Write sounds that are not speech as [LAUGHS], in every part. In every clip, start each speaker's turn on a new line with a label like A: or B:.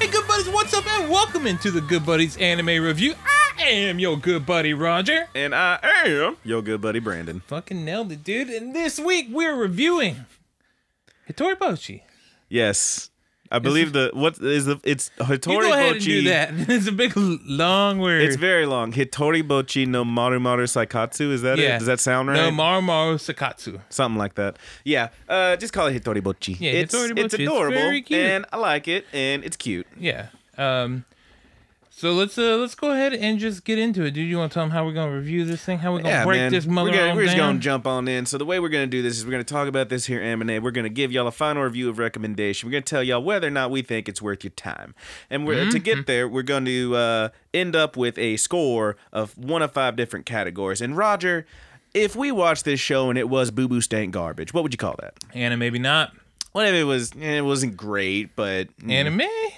A: Hey, good buddies, what's up? And welcome into the Good Buddies Anime Review. I am your good buddy Roger.
B: And I am your good buddy Brandon.
A: Fucking nailed it, dude. And this week we're reviewing Hitori Boshi.
B: Yes. I believe the what is the it's Hitori
A: you go ahead and
B: Bochi-
A: do that. [LAUGHS] It's a big l- long word.
B: It's very long. Hitori Bochi no Maru Maru Saikatsu. Is that it? Does that sound right?
A: No, Maru Maru Sakatsu.
B: Something like that. Yeah. Uh, just call it Hitori Bochi.
A: Yeah,
B: it's,
A: Hitori
B: It's
A: Bochi. It's
B: adorable.
A: very cute.
B: And I like it. And it's cute.
A: Yeah. Um. So let's uh, let's go ahead and just get into it, dude. You want to tell them how we're gonna review this thing? How we're gonna
B: yeah,
A: break
B: man.
A: this mother
B: we're, gonna,
A: on
B: we're just
A: down?
B: gonna jump on in. So the way we're gonna do this is we're gonna talk about this here anime. We're gonna give y'all a final review of recommendation. We're gonna tell y'all whether or not we think it's worth your time. And we're to
A: Mm-hmm.
B: get there, we're going to uh, end up with a score of one of five different categories. And Roger, if we watched this show and it was boo boo stank garbage, what would you call that?
A: Anna, maybe not.
B: What if it was? eh, It wasn't great, but mm,
A: Anime.
B: eh,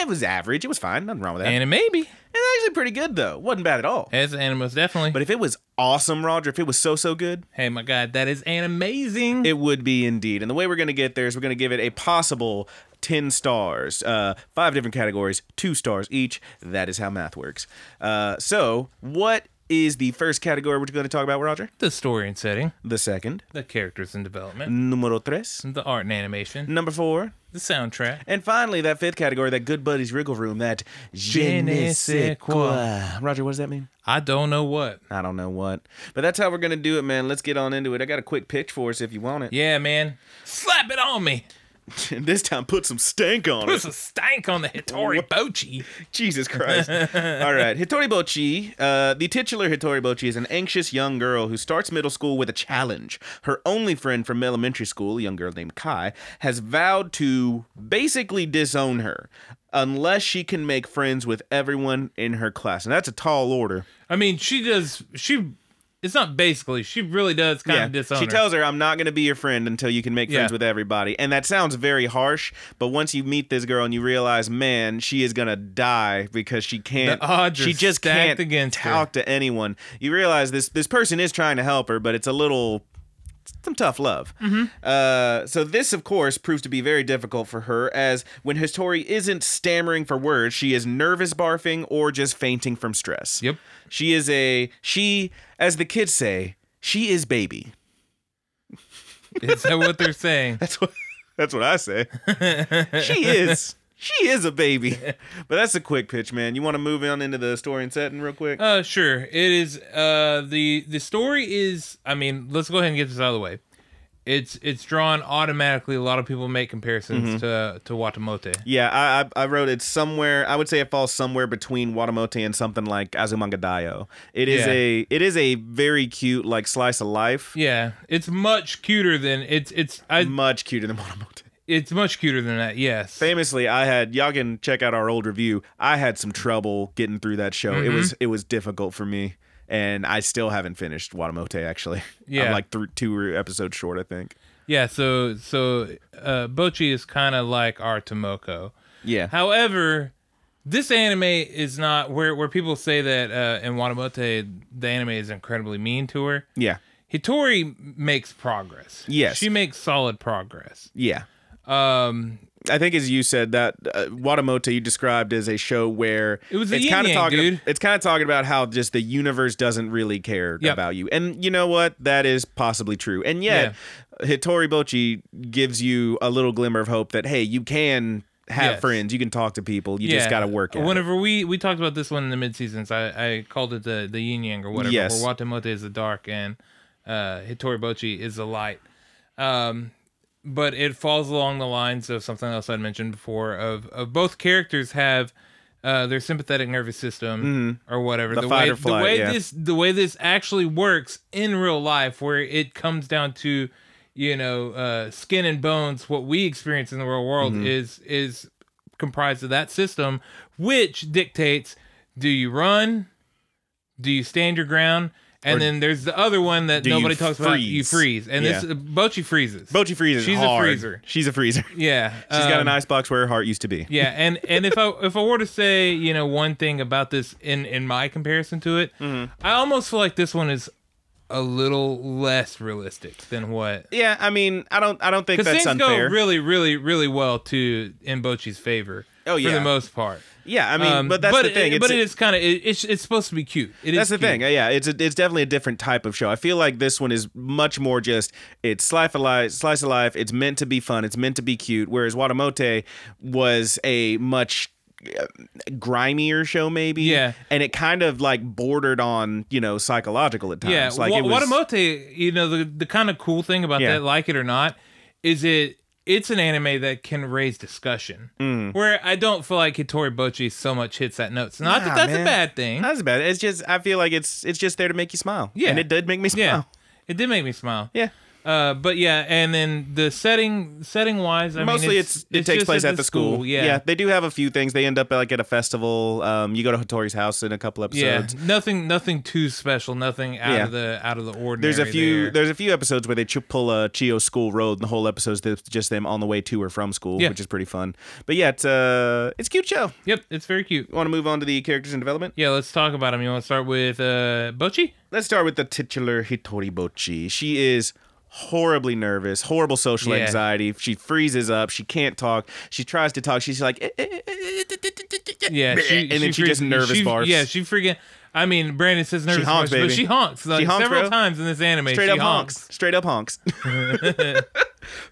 B: it was average. It was fine. Nothing wrong with that.
A: Anna, maybe.
B: it was actually pretty good though. wasn't bad at all.
A: That's animals, definitely.
B: But if it was awesome, Roger, if it was so so good.
A: hey, my God, that is an amazing.
B: It would be indeed. And the way we're going to get there is we're going to give it a possible 10 stars, uh, five different categories, two stars each. That is how math works. Uh, so, what is the first category we're going to talk about, Roger?
A: the story and setting,
B: The second,
A: the characters and development,
B: numero tres,
A: the art and animation,
B: number four,
A: the soundtrack.
B: and finally, that fifth category, that good buddies wriggle room, that je ne sais quoi. Roger, what does that mean?
A: I don't know what.
B: I don't know what. But that's how we're going to do it, man. Let's get on into it. I got a quick pitch for us if you want it.
A: Yeah, man. Slap it on me.
B: And [LAUGHS] this time, put some stank on it.
A: There's a stank on the Hitori Bochi.
B: [LAUGHS] Jesus Christ. All right. Hitori Bochi, uh, the titular Hitori Bochi, is an anxious young girl who starts middle school with a challenge. Her only friend from elementary school, a young girl named Kai, has vowed to basically disown her unless she can make friends with everyone in her class. And that's a tall order.
A: I mean, she does. She. It's not basically. She really does kind of disown
B: She
A: her. [LAUGHS]
B: tells her, I'm not going to be your friend until you can make
A: Yeah.
B: friends with everybody. And that sounds very harsh, but once you meet this girl and you realize, man, she is going to die because she can't,
A: odds are
B: she just
A: stacked
B: can't
A: against her.
B: talk to anyone. You realize this, this person is trying to help her, but it's a little some tough love.
A: Mm-hmm.
B: Uh, so this, of course, proves to be very difficult for her, as when Histori isn't stammering for words, she is nervous barfing or just fainting from stress.
A: Yep.
B: She is a she, as the kids say, she is baby.
A: Is that what they're saying?
B: That's what that's what I say. she is. She is a baby. But that's a quick pitch, man. You want to move on into the story and setting real quick?
A: Uh, sure. It is. Uh, the the story is. I mean, let's go ahead and get this out of the way. It's it's drawn automatically. A lot of people make comparisons
B: Mm-hmm.
A: to to Watamote.
B: Yeah, I, I I wrote it somewhere. I would say it falls somewhere between Watamote and something like Azumanga Daioh. It is
A: Yeah.
B: a it is a very cute like slice of life.
A: Yeah, it's much cuter than it's it's I,
B: Much cuter than Watamote.
A: it's much cuter than that. Yes.
B: Famously, I had y'all can check out our old review. I had some trouble getting through that show. It was it was difficult for me, and I still haven't finished Watamote. Actually, [LAUGHS]
A: Yeah.
B: I'm like th- two episodes short, I think.
A: Yeah. So so uh, Bochi is kind of like our Tomoko.
B: Yeah,
A: However, this anime is not where where people say that uh, in Watamote the anime is incredibly mean to her.
B: yeah,
A: Hitori makes progress.
B: Yes.
A: she makes solid progress.
B: yeah.
A: Um,
B: I think as you said that uh, Watamote you described as a show where
A: It was a
B: it's
A: yin
B: kinda
A: yang,
B: talking
A: dude.
B: it's kind of talking about how just the universe doesn't really care
A: Yep.
B: about you. And you know what? That is possibly true. And yet Hitori Bochi gives you a little glimmer of hope that hey, you can have
A: Yes.
B: friends, you can talk to people, you just got to work at it.
A: Whenever we we talked about this one in the mid seasons, I I called it the the yin yang or whatever.
B: Yes.
A: Where Watamote is the dark and uh, Hitori Bochi is the light. Um, but it falls along the lines of something else I'd mentioned before. Of of both characters have. Uh, their sympathetic nervous system or whatever the,
B: Mm-hmm. fight
A: way
B: or flight,
A: the way
B: yeah.
A: this the way this actually works in real life where it comes down to you know, uh, skin and bones, what we experience in the real world
B: Mm-hmm.
A: is is comprised of that system, which dictates: do you run? Do you stand your ground? And then there's the other one that
B: do you
A: nobody talks about. You
B: freeze?
A: freeze, and this
B: Yeah.
A: Bochi freezes.
B: Bochi freezes.
A: She's
B: hard.
A: a freezer.
B: She's a freezer. [LAUGHS]
A: Yeah,
B: She's got
A: um,
B: an icebox where her heart used to be.
A: yeah, and and if I if I were to say you know one thing about this in in my comparison to it,
B: Mm-hmm.
A: I almost feel like this one is a little less realistic than what
B: Yeah, I mean, I don't, I don't think
A: because
B: that's
A: things
B: unfair.
A: go really really really well to in Bocce's favor.
B: Oh,
A: for
B: yeah.
A: the most part.
B: yeah, I mean,
A: Um,
B: but that's the thing.
A: It,
B: it's
A: but it is kind of it, it's it's supposed to be cute. It is
B: That's the
A: cute.
B: thing. Yeah, it's a, it's definitely a different type of show. I feel like this one is much more just it's slice of life, slice of life. It's meant to be fun. It's meant to be cute. Whereas Watamote was a much uh, grimier show, maybe.
A: Yeah.
B: and it kind of like bordered on you know psychological at times.
A: Yeah,
B: like
A: Wa-
B: it was.
A: Watamote, you know, the, the kind of cool thing about
B: Yeah.
A: that, like it or not, is it it's an anime that can raise discussion.
B: Mm.
A: Where I don't feel like Hitori Bochi so much hits that note. So not
B: Nah,
A: that that's
B: man.
A: a bad thing.
B: That's about it. It's just I feel like it's it's just there to make you smile.
A: Yeah.
B: and it did make me smile.
A: yeah. It did make me smile.
B: Yeah.
A: Uh, but yeah, and then the setting setting wise, I
B: Mostly,
A: mean,
B: it's, it takes
A: just
B: place at the school.
A: Yeah,
B: they do have a few things. They end up like at a festival. Um, you go to Hattori's house in a couple
A: yeah.
B: episodes.
A: Nothing, nothing too special. Nothing out
B: Yeah.
A: of the out of the ordinary.
B: There's a few.
A: there.
B: There's a few episodes where they ch- pull a Chio School Road, and the whole episode's th- just them on the way to or from school,
A: Yeah.
B: which is pretty fun. But yeah, it's uh, it's a cute show.
A: Yep, it's very cute.
B: Want to move on to the characters in development?
A: Yeah, let's talk about them. You want to start with uh, Bochi?
B: Let's start with the titular Hitori Bochi. She is horribly nervous, horrible social
A: Yeah.
B: anxiety. She freezes up. She can't talk. She tries to talk. She's like, "Eh,
A: Yeah, she,
B: and then she
A: freaking-
B: just nervous
A: she,
B: barfs.
A: Yeah, she freaking. I mean, Brandon says nervous
B: honks,
A: barfs,
B: baby.
A: but she honks like
B: She honks,
A: several
B: bro.
A: times in this anime.
B: straight
A: she
B: up honks. straight
A: [LAUGHS]
B: up honks.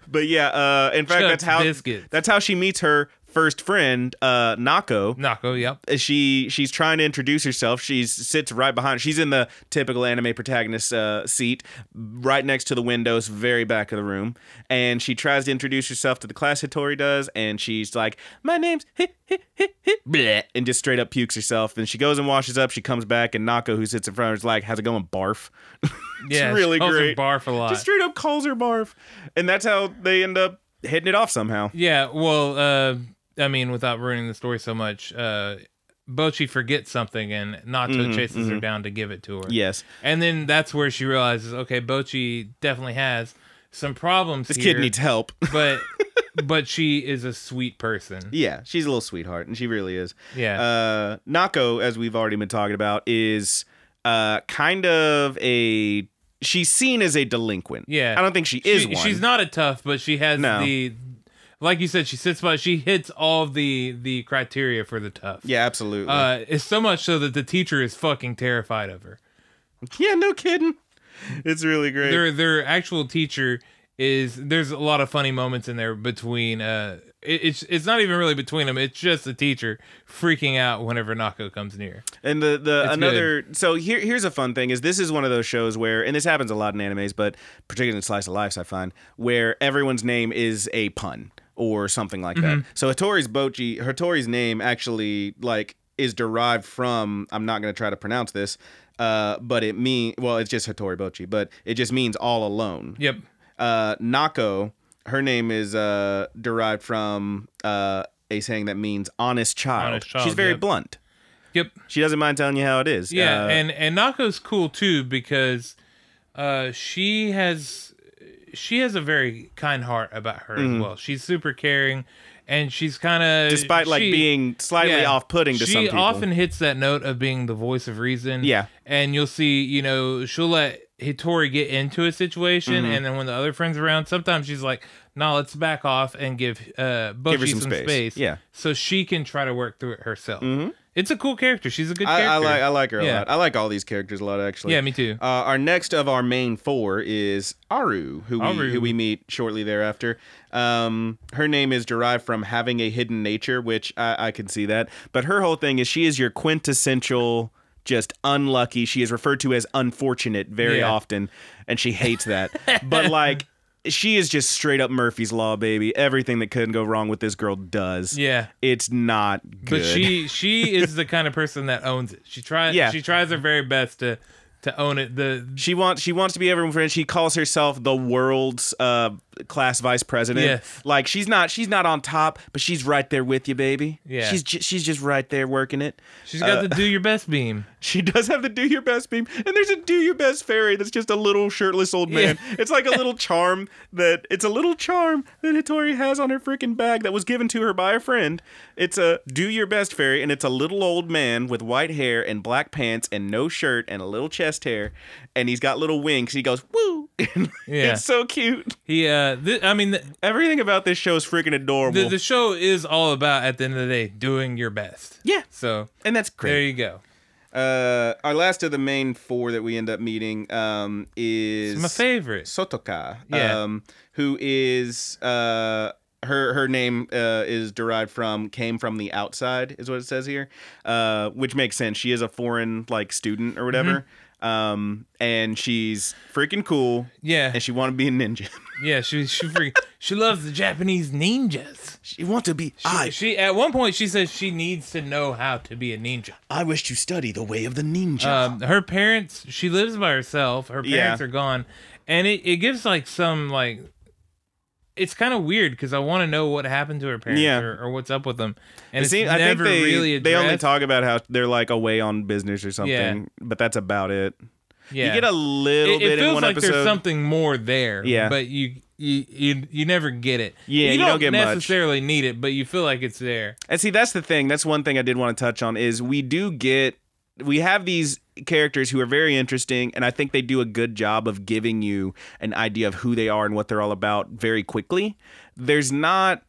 B: but yeah, uh, in fact,
A: Chucks
B: that's how
A: biscuits.
B: that's how she meets her first friend, uh, Nako.
A: Nako, yep.
B: She she's trying to introduce herself. She sits right behind. She's in the typical anime protagonist uh, seat, right next to the windows, very back of the room. And she tries to introduce herself to the class. Hitori does, and she's like, "My name's Hi- Hi- Hi- Hi- bleh," and just straight up pukes herself. Then she goes and washes up. She comes back, and Nako, who sits in front of her, is like, "How's it going, barf?"
A: Yeah, she
B: really
A: calls her
B: great.
A: Barf a lot.
B: Just straight up calls her barf, and that's how they end up hitting it off somehow.
A: yeah, well, uh, I mean, without ruining the story so much, uh, Bochi forgets something and Nato
B: Mm-hmm,
A: chases her down to give it to her.
B: Yes,
A: and then that's where she realizes, okay, Bochi definitely has some problems
B: this
A: here,
B: kid needs help. [LAUGHS]
A: but but she is a sweet person.
B: yeah, she's a little sweetheart, and she really is.
A: Yeah.
B: Uh, Nako, as we've already been talking about, is uh kind of a she's seen as a delinquent.
A: Yeah.
B: I don't think she
A: She-
B: is one.
A: She's not a tough, but she has
B: No.
A: the, like you said, she sits by. She hits all the the criteria for the tough.
B: Yeah, absolutely.
A: Uh, it's so much so that the teacher is fucking terrified of her.
B: yeah, no kidding. It's really great.
A: Their their actual teacher is there's a lot of funny moments in there between uh it, it's it's not even really between them it's just the teacher freaking out whenever Nako comes near
B: And the the
A: It's
B: another so here here's a fun thing is this is one of those shows where and this happens a lot in animes, but particularly in slice of life, I find where everyone's name is a pun or something like that.
A: Mm-hmm.
B: So Hattori's Bochi, Hattori's name actually like is derived from I'm not gonna try to pronounce this, uh, but it mean well it's just Hattori Bochi, but it just means all alone.
A: yep
B: Uh, Nako, her name is uh, derived from uh, a saying that means honest child.
A: Honest child,
B: She's very
A: yep.
B: blunt.
A: yep
B: She doesn't mind telling you how it is.
A: Yeah,
B: Uh,
A: and and Nako's cool too because uh, she has she has a very kind heart about her
B: Mm-hmm.
A: as well. She's super caring, and she's kind of
B: despite like being slightly off-putting to
A: she
B: some people.
A: often hits that note of being the voice of reason.
B: Yeah.
A: and you'll see, you know, she'll let Hitori get into a situation,
B: Mm-hmm.
A: and then when the other friends are around, sometimes she's like, "Nah, let's back off and give uh Bochi
B: her some
A: some,
B: space.
A: space.
B: Yeah. Mm-hmm.
A: so she can try to work through it herself. It's a cool character. She's a good
B: I,
A: character.
B: I like I like her a
A: Yeah.
B: lot. I like all these characters a lot actually.
A: Yeah, me too.
B: Uh, our next of our main four is Aru, who we
A: Aru.
B: who we meet shortly thereafter. Um, her name is derived from having a hidden nature, which I, I can see that. But her whole thing is she is your quintessential just unlucky. She is referred to as unfortunate very
A: Yeah.
B: often, and she
A: [LAUGHS]
B: hates that. but like. She is just straight up Murphy's Law, baby. Everything that couldn't go wrong with this girl does.
A: yeah.
B: It's not good. [LAUGHS]
A: But she she is the kind of person that owns it. She tries
B: Yeah.
A: she tries her very best to to own it. The
B: She wants she wants to be everyone's friend. She calls herself the world's uh, class vice president.
A: Yes.
B: Like she's not she's not on top, but she's right there with you, baby.
A: Yeah.
B: She's ju- she's just right there working it.
A: she's
B: Uh,
A: got the do your best beam.
B: She does have the do your best beam, and there's a do your best fairy that's just a little shirtless old man. It's like
A: [LAUGHS]
B: a little charm that it's a little charm that Hitori has on her freaking bag that was given to her by a friend. It's a do your best fairy, and it's a little old man with white hair and black pants and no shirt and a little chest hair, and he's got little wings. He goes woo. [LAUGHS]
A: Yeah.
B: it's so cute.
A: He uh, th- I mean, the,
B: Everything about this show is freaking adorable.
A: the the show is all about at the end of the day doing your best.
B: yeah,
A: So
B: and that's great.
A: there you go.
B: Uh, our last of the main four that we end up meeting um, is
A: My favorite.
B: Sotoka,
A: Yeah.
B: um, who is uh, her her name uh, is derived from came from the outside is what it says here, uh, which makes sense. She is a foreign like student or whatever,
A: Mm-hmm.
B: um, and she's freaking cool,
A: Yeah,
B: and she want to be a ninja. [LAUGHS]
A: yeah. She she freak, she loves the Japanese ninjas.
B: she want to be.
A: She, she at one point she says she needs to know how to be a ninja.
B: I wish to study the way of the ninja.
A: Um, her parents, she lives by herself. Her
B: Yeah.
A: parents are gone, and it, it gives like some like. It's kind of weird because I want to know what happened to her parents
B: Yeah.
A: or, or what's up with them, and
B: It
A: it's
B: seem- I
A: never
B: think they
A: really
B: they
A: addressed.
B: only talk about how they're like away on business or something, but that's about it.
A: yeah.
B: You get a little
A: it, it
B: bit
A: feels
B: in one
A: like
B: episode.
A: there's something more there.
B: Yeah.
A: but you you you, you never get it.
B: Yeah, you don't get much.
A: necessarily need it, but you feel like it's there.
B: And see, that's the thing. That's one thing I did want to touch on is we do get we have these characters who are very interesting, and I think they do a good job of giving you an idea of who they are and what they're all about very quickly. There's not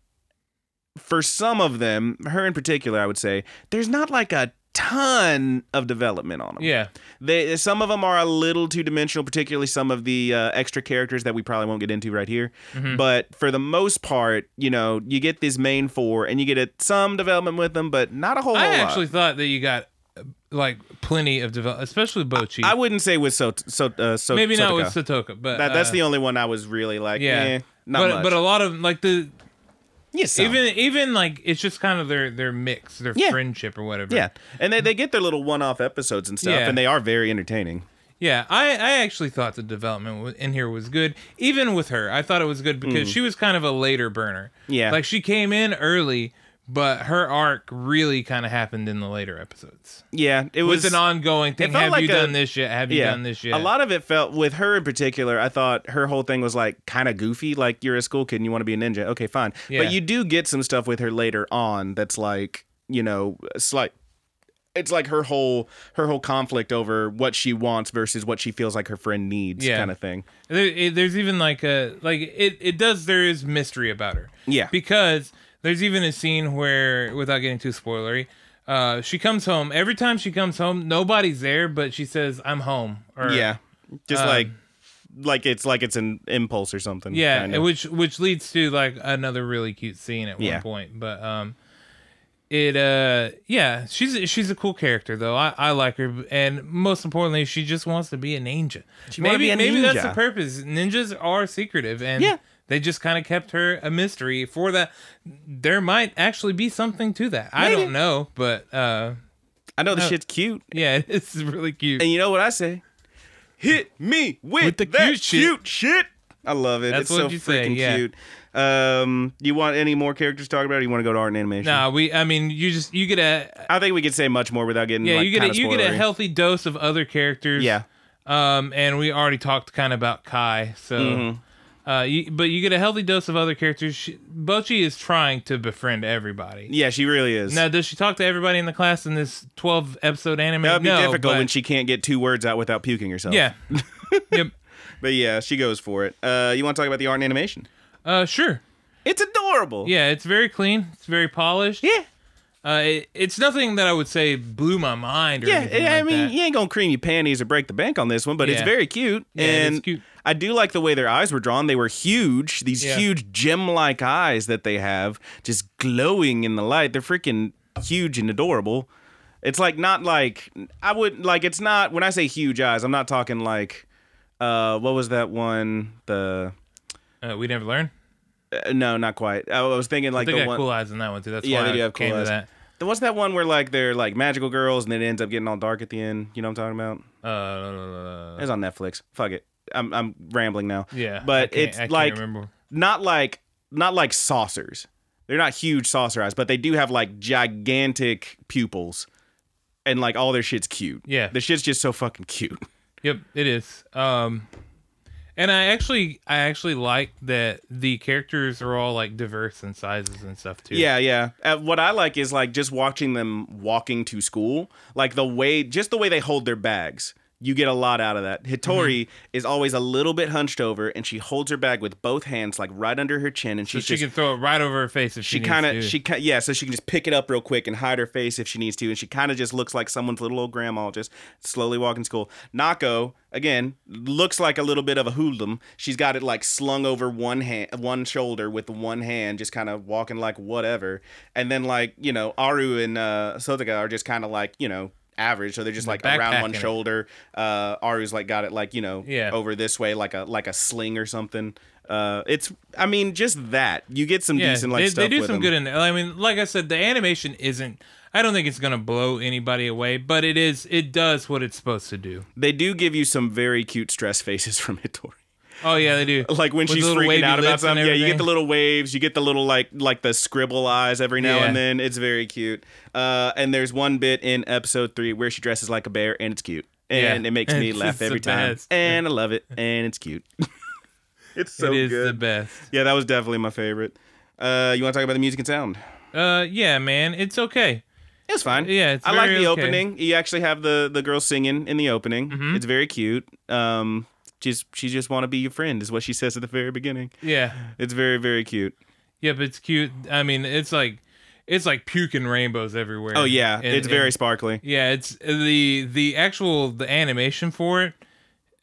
B: for some of them, her in particular, I would say, there's not like a ton of development on them.
A: Yeah,
B: They, some of them are a little two dimensional, particularly some of the uh, extra characters that we probably won't get into right here.
A: Mm-hmm.
B: But for the most part, you know, you get these main four and you get a, some development with them, but not a whole,
A: I
B: whole
A: actually
B: lot.
A: thought that you got uh, like plenty of develop, especially Bochi.
B: I wouldn't say with so so uh, so
A: Maybe not with
B: Sotoka.
A: Sotoka, but
B: that, that's
A: uh,
B: the only one I was really like.
A: yeah.
B: eh, not
A: but
B: much.
A: but a lot of like the
B: yes, some.
A: even even like it's just kind of their their mix, their
B: Yeah.
A: friendship or whatever.
B: yeah, and they, they get their little one off episodes and stuff,
A: Yeah.
B: and they are very entertaining.
A: Yeah, I, I actually thought the development w- in here was good. Even with her, I thought it was good because she was kind of a later burner.
B: Mm. Yeah.
A: Like she came in early, but her arc really kind of happened in the later episodes.
B: Yeah, it
A: It was
B: was
A: an ongoing thing.
B: felt
A: Have
B: like
A: you
B: a-
A: done this yet? Have you done this yet?
B: A lot of it felt with her in particular. I thought her whole thing was like kind of goofy. Like you're a school kid and you want to be a ninja. Okay, fine.
A: Yeah.
B: But you do get some stuff with her later on that's like you know slight. It's like her whole her whole conflict over what she wants versus what she feels like her friend needs,
A: Yeah.
B: kind of thing.
A: There, it, there's even like a like it it does there is mystery about her.
B: Yeah.
A: Because there's even a scene where without getting too spoilery, uh she comes home. Every time she comes home, nobody's there, but she says I'm home or
B: Yeah,
A: Um,
B: just like like it's like it's an impulse or something.
A: Yeah,
B: kinda.
A: which which leads to like another really cute scene at
B: Yeah.
A: one point. But um it uh yeah, she's she's a cool character though. I, I like her and most importantly, she just wants to be a ninja.
B: wanna
A: maybe
B: be a
A: maybe that's
B: ninja.
A: the purpose. Ninjas are secretive and
B: Yeah.
A: they just kind of kept her a mystery for that there might actually be something to that. I
B: Maybe.
A: don't know, but uh
B: I know the shit's cute.
A: yeah, [LAUGHS] it's really cute.
B: And you know what I say? Hit me with,
A: With the
B: that
A: cute shit.
B: shit. I love it.
A: That's
B: it's
A: what
B: so
A: you say,
B: freaking
A: yeah.
B: cute. Um, you want any more characters to talk about? Or you want to go to art and animation?
A: Nah, we I mean, you just you get a
B: I think we could say much more without getting
A: yeah,
B: like,
A: you get
B: kinda
A: a, you get a
B: spoilery.
A: healthy dose of other characters.
B: Yeah.
A: Um, and we already talked kind of about Kai, so.
B: Mm-hmm.
A: Uh, you, but you get a healthy dose of other characters. She, Bochi is trying to befriend everybody.
B: Yeah, she really is.
A: Now, does she talk to everybody in the class in this twelve episode anime?
B: That'd be
A: no,
B: difficult
A: but-
B: when she can't get two words out without puking herself.
A: yeah.
B: [LAUGHS]
A: yep.
B: But yeah, she goes for it. Uh, you want to talk about the art and animation?
A: Uh, sure.
B: It's adorable.
A: Yeah, it's very clean. It's very polished.
B: Yeah.
A: Uh, it, it's nothing that I would say blew my mind or
B: Yeah,
A: anything
B: I
A: like
B: mean,
A: that.
B: you ain't gonna cream your panties or break the bank on this one, but it's
A: Yeah.
B: very cute.
A: Yeah, it is
B: and
A: cute.
B: I do like the way their eyes were drawn. They were huge, these
A: Yeah.
B: huge gem-like eyes that they have, just glowing in the light. They're freaking huge and adorable. It's like not like I would like. It's not when I say huge eyes, I'm not talking like, uh, what was that one? The
A: Uh, we never learn.
B: uh, no, not quite. I was thinking like
A: They
B: the
A: got
B: one.
A: cool eyes in that one too. That's
B: Yeah,
A: why
B: they do
A: I
B: have
A: came
B: cool
A: to
B: eyes.
A: that.
B: There was that one where like they're like magical girls and it ends up getting all dark at the end. You know what I'm talking about?
A: Uh,
B: It's on Netflix. Fuck it. I'm I'm rambling now.
A: yeah,
B: But
A: I can't-
B: it's
A: I can't
B: like-
A: remember.
B: Not like not like saucers. They're not huge saucer eyes, but they do have like gigantic pupils, and like all their shit's cute.
A: Yeah.
B: the shit's just so fucking
A: [LAUGHS]
B: cute.
A: Yep, it is. Um, and I actually, I actually like that the characters are all like diverse in sizes and stuff too.
B: Yeah, yeah. Uh, what I like is like just watching them walking to school, like the way, just the way they hold their bags. You get a lot out of that.
A: Mm-hmm.
B: Hitori is always a little bit hunched over, and she holds her bag with both hands, like right under her chin, and
A: so
B: she's
A: she
B: just
A: can throw it right over her face if she,
B: she kind of she ki- yeah, so she can just pick it up real quick and hide her face if she needs to, and she kind of just looks like someone's little old grandma just slowly walking to school. Nako again looks like a little bit of a hoodlum. She's got it like slung over one hand, one shoulder with one hand, just kind of walking like whatever. And then like you know Aru and uh, Sotoka are just kind of like you know average, so they're just like around one
A: backpacking it.
B: shoulder. Uh, Aru's like got it like you know
A: Yeah.
B: over this way like a like a sling or something. Uh, it's I mean just that you get some
A: yeah,
B: decent like
A: they,
B: stuff
A: they do
B: with
A: some
B: them.
A: good in there. I mean, like I said, the animation isn't. I don't think it's gonna blow anybody away, but it is. It does what it's supposed to do.
B: They do give you some very cute stress [LAUGHS] faces from Hitori.
A: Oh yeah, they do.
B: [LAUGHS] Like when
A: With
B: she's
A: the little
B: freaking
A: wavy
B: out about
A: lips and
B: something. Yeah, you get
A: everything.
B: the little waves, you get the little like like the scribble eyes every now and
A: Yeah.
B: then. It's very cute. Uh, and there's one bit in episode three where she dresses like a bear and it's cute. And
A: Yeah.
B: it makes
A: [LAUGHS]
B: me
A: It's
B: laugh
A: the
B: every time.
A: best.
B: And I love it. And it's cute. [LAUGHS] it's so
A: it is the
B: good.
A: best.
B: yeah, that was definitely my favorite. Uh, you want to talk about the music and sound?
A: Uh, yeah, man, it's okay.
B: It's fine.
A: Yeah, it's
B: I like
A: very
B: the
A: okay. Mm-hmm.
B: opening. You actually have the the girl singing in the opening. It's very cute. Um, she's she just want to be your friend is what she says at the very beginning.
A: Yeah,
B: It's very very cute.
A: yep, it's cute. I mean, it's like, it's like puking rainbows everywhere.
B: Oh yeah,
A: And-
B: it's
A: and-
B: very sparkly.
A: Yeah, it's the the actual the animation for it.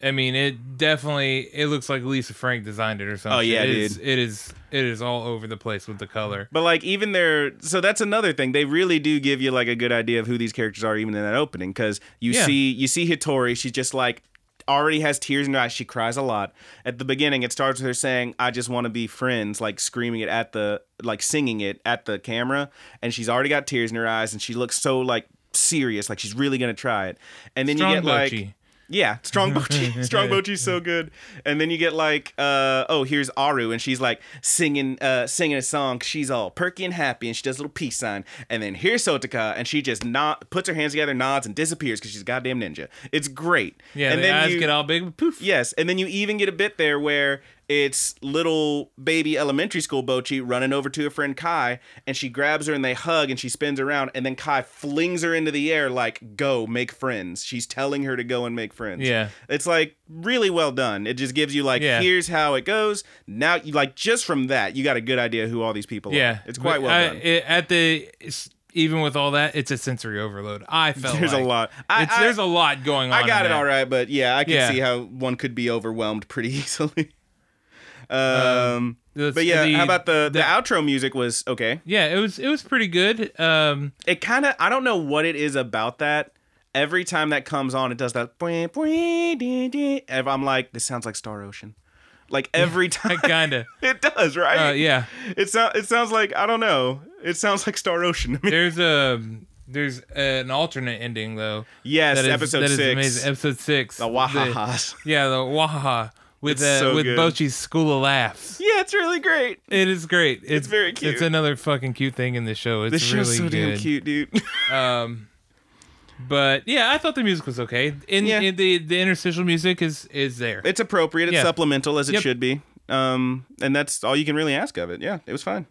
A: I mean, it definitely it looks like Lisa Frank designed it or something.
B: Oh, yeah,
A: it is,
B: dude.
A: it is it is all over the place with the color.
B: [LAUGHS] But like even their so that's another thing. They really do give you like a good idea of who these characters are even in that opening because you
A: Yeah.
B: see you see Hitori. She's just like already has tears in her eyes. She cries a lot at the beginning. It starts with her saying, "I just want to be friends," like screaming it at the like singing it at the camera, and she's already got tears in her eyes, and she looks so like serious, like she's really gonna try it. And then
A: Strong
B: you get like.
A: Bochi.
B: Yeah, [LAUGHS]
A: [LAUGHS]
B: strong bochi. strong bochi's so good. And then you get like, uh, oh, here's Aru, and she's like singing, uh, singing a song. She's all perky and happy, and she does a little peace sign. And then here's Sotika, and she just not puts her hands together, nods, and disappears because she's a goddamn ninja. It's great.
A: Yeah,
B: and
A: the eyes
B: you-
A: get all big. Poof.
B: Yes, and then you even get a bit there where it's little baby elementary school Bochi running over to her friend Kai, and she grabs her and they hug and she spins around, and then Kai flings her into the air like, "Go make friends." She's telling her to go and make friends.
A: Yeah.
B: it's like really well done. It just gives you like,
A: Yeah.
B: here's how it goes. Now, you like just from that, you got a good idea who all these people are.
A: Yeah,
B: it's quite
A: but
B: well
A: I-
B: done.
A: it- at the it's- even with all that, it's a sensory overload. I felt
B: [LAUGHS] there's
A: like.
B: a lot. I,
A: It's-
B: I-
A: there's a lot going on.
B: I
A: in
B: got it
A: that.
B: all right, but yeah, I can
A: Yeah.
B: see how one could be overwhelmed [LAUGHS] pretty easily. um
A: Let's-
B: But yeah,
A: the-
B: how about the, the outro music was okay.
A: Yeah, it was it was pretty good. Um,
B: It kind of I don't know what it is about that. Every time that comes on, it does that. [LAUGHS] "Bwee, bwee, dee, dee." And I'm like, this sounds like Star Ocean. Like every [LAUGHS] time
A: kinda.
B: it does, right?
A: Uh, yeah.
B: It sounds it sounds like I don't know. It sounds like Star Ocean. to me.
A: There's a there's an alternate ending though.
B: yes,
A: That is
B: episode
A: that is
B: six.
A: amazing. Episode six.
B: The
A: [LAUGHS]
B: Wahahas.
A: Yeah, the wahaha with
B: It's
A: uh,
B: so
A: with
B: good.
A: Bochi's School of Laughs.
B: Yeah, it's really great.
A: It is great. It's,
B: very cute.
A: It's another fucking cute thing in the show. It's
B: This
A: really
B: show's so
A: good.
B: damn
A: [LAUGHS]
B: cute, dude.
A: Um, but yeah, I thought the music was okay. In,
B: Yeah.
A: in the the interstitial music is is there.
B: it's appropriate. It's
A: Yeah.
B: supplemental as it
A: Yep.
B: should be. Um, and that's all you can really ask of it. Yeah, it was fine.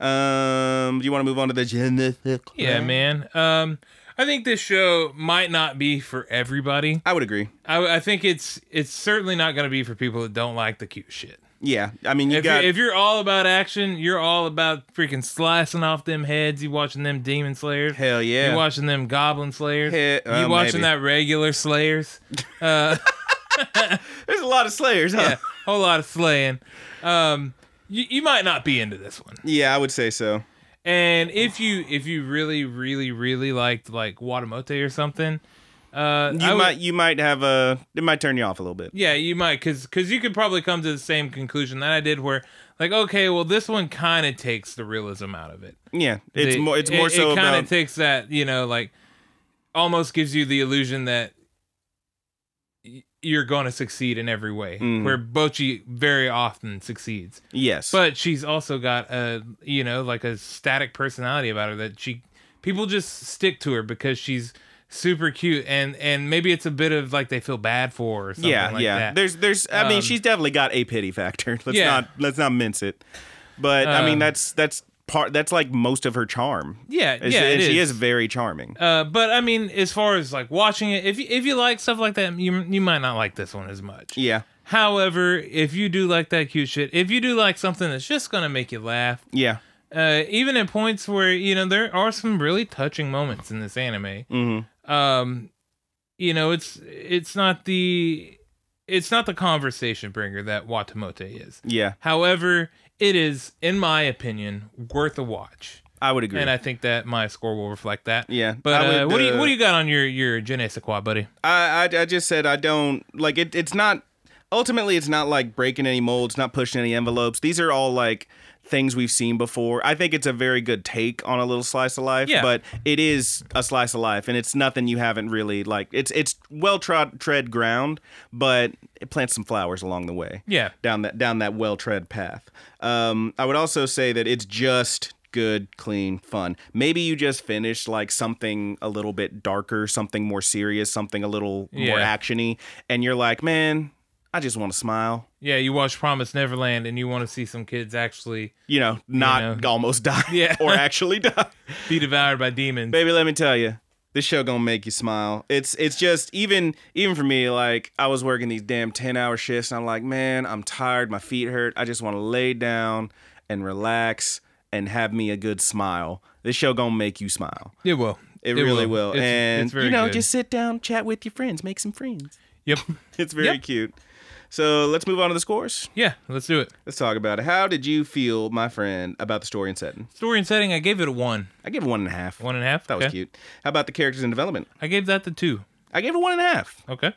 B: Um, do you want to move on to the Jennifer?
A: yeah, man. Um, I think this show might not be for everybody.
B: I would agree.
A: I, I think it's it's certainly not going to be for people that don't like the cute shit.
B: Yeah, I mean, you
A: If,
B: got
A: you're, if you're all about action, you're all about freaking slicing off them heads. You watching them demon slayers.
B: hell yeah.
A: You watching them goblin slayers.
B: Hell- well,
A: you watching
B: maybe.
A: that regular
B: [LAUGHS]
A: slayers.
B: There's a lot of slayers. Huh?
A: Yeah, whole lot of slaying. Um, you, you might not be into this one.
B: Yeah, I would say so.
A: And if you if you really really really liked like Watamote or something, uh,
B: You
A: I would-
B: might you might have a it might turn you off a little bit.
A: Yeah, you might, cause, cause you could probably come to the same conclusion that I did, where like, okay, well, this one kind of takes the realism out of it.
B: Yeah, it's
A: It-
B: more it's
A: it-
B: more so
A: It kind
B: about
A: of takes that, you know, like almost gives you the illusion that you're going to succeed in every way,
B: Mm.
A: where Bochi very often succeeds.
B: Yes.
A: But she's also got a you know like a static personality about her that she people just stick to her because she's super cute and and maybe it's a bit of like they feel bad for her or something
B: yeah,
A: like
B: yeah.
A: that. Um,
B: There's, there's. I mean, she's definitely got a pity factor. [LAUGHS] Let's
A: Yeah.
B: not, let's not mince it. But I mean,
A: Um,
B: that's that's part. That's like most of her charm.
A: yeah,
B: It's-
A: yeah,
B: and
A: it
B: she
A: is.
B: is very charming.
A: Uh, but I mean, as far as like watching it, if you, if you like stuff like that, you you might not like this one as much.
B: yeah,
A: However, if you do like that cute shit, if you do like something that's just gonna make you laugh,
B: yeah.
A: uh, even at points where you know there are some really touching moments in this anime.
B: Mm-hmm.
A: Um, you know, it's it's not the it's not the conversation bringer that Watamote is.
B: Yeah,
A: However, it is, in my opinion, worth a watch,
B: I would agree.
A: and I think that my score will reflect that.
B: Yeah,
A: But
B: I
A: uh,
B: would,
A: what do you
B: uh,
A: what do you got on your your Je ne sais quoi, buddy?
B: I, I I just said I don't like it. It's not ultimately it's not like breaking any molds, not pushing any envelopes. These are all like things we've seen before. I think it's a very good take on a little slice of life,
A: Yeah.
B: but it is a slice of life, and it's nothing you haven't really like. It's it's well trod tread ground, but it plants some flowers along the way
A: Yeah.
B: down that down that well tread path. Um, I would also say that it's just good, clean fun. Maybe you just finished like something a little bit darker, something more serious, something a little more
A: Yeah.
B: actiony, and you're like, man, I just want to smile.
A: Yeah, you watch Promise Neverland and you want to see some kids actually
B: You know, not
A: You know.
B: almost [LAUGHS] die
A: Yeah.
B: or actually die.
A: be devoured by demons.
B: Baby, let me tell you, this show gonna make you smile. It's it's just even even for me, like I was working these damn ten hour shifts, and I'm like, man, I'm tired, my feet hurt. I just want to lay down and relax and have me a good smile. This show gonna make you smile.
A: It will.
B: It, really will.
A: It's-
B: and
A: it's very
B: you know,
A: good.
B: just sit down, chat with your friends, make some friends. [LAUGHS]
A: yep.
B: It's very
A: Yep.
B: cute. So let's move on to the scores.
A: Yeah, let's do it.
B: Let's talk about it. How did you feel, my friend, about the story and setting?
A: Story and setting, I gave it a one,
B: I gave it one and a half.
A: one and a half.
B: That was
A: Okay.
B: cute. How about the characters and development?
A: I gave that the two.
B: I gave it one and a half.
A: Okay.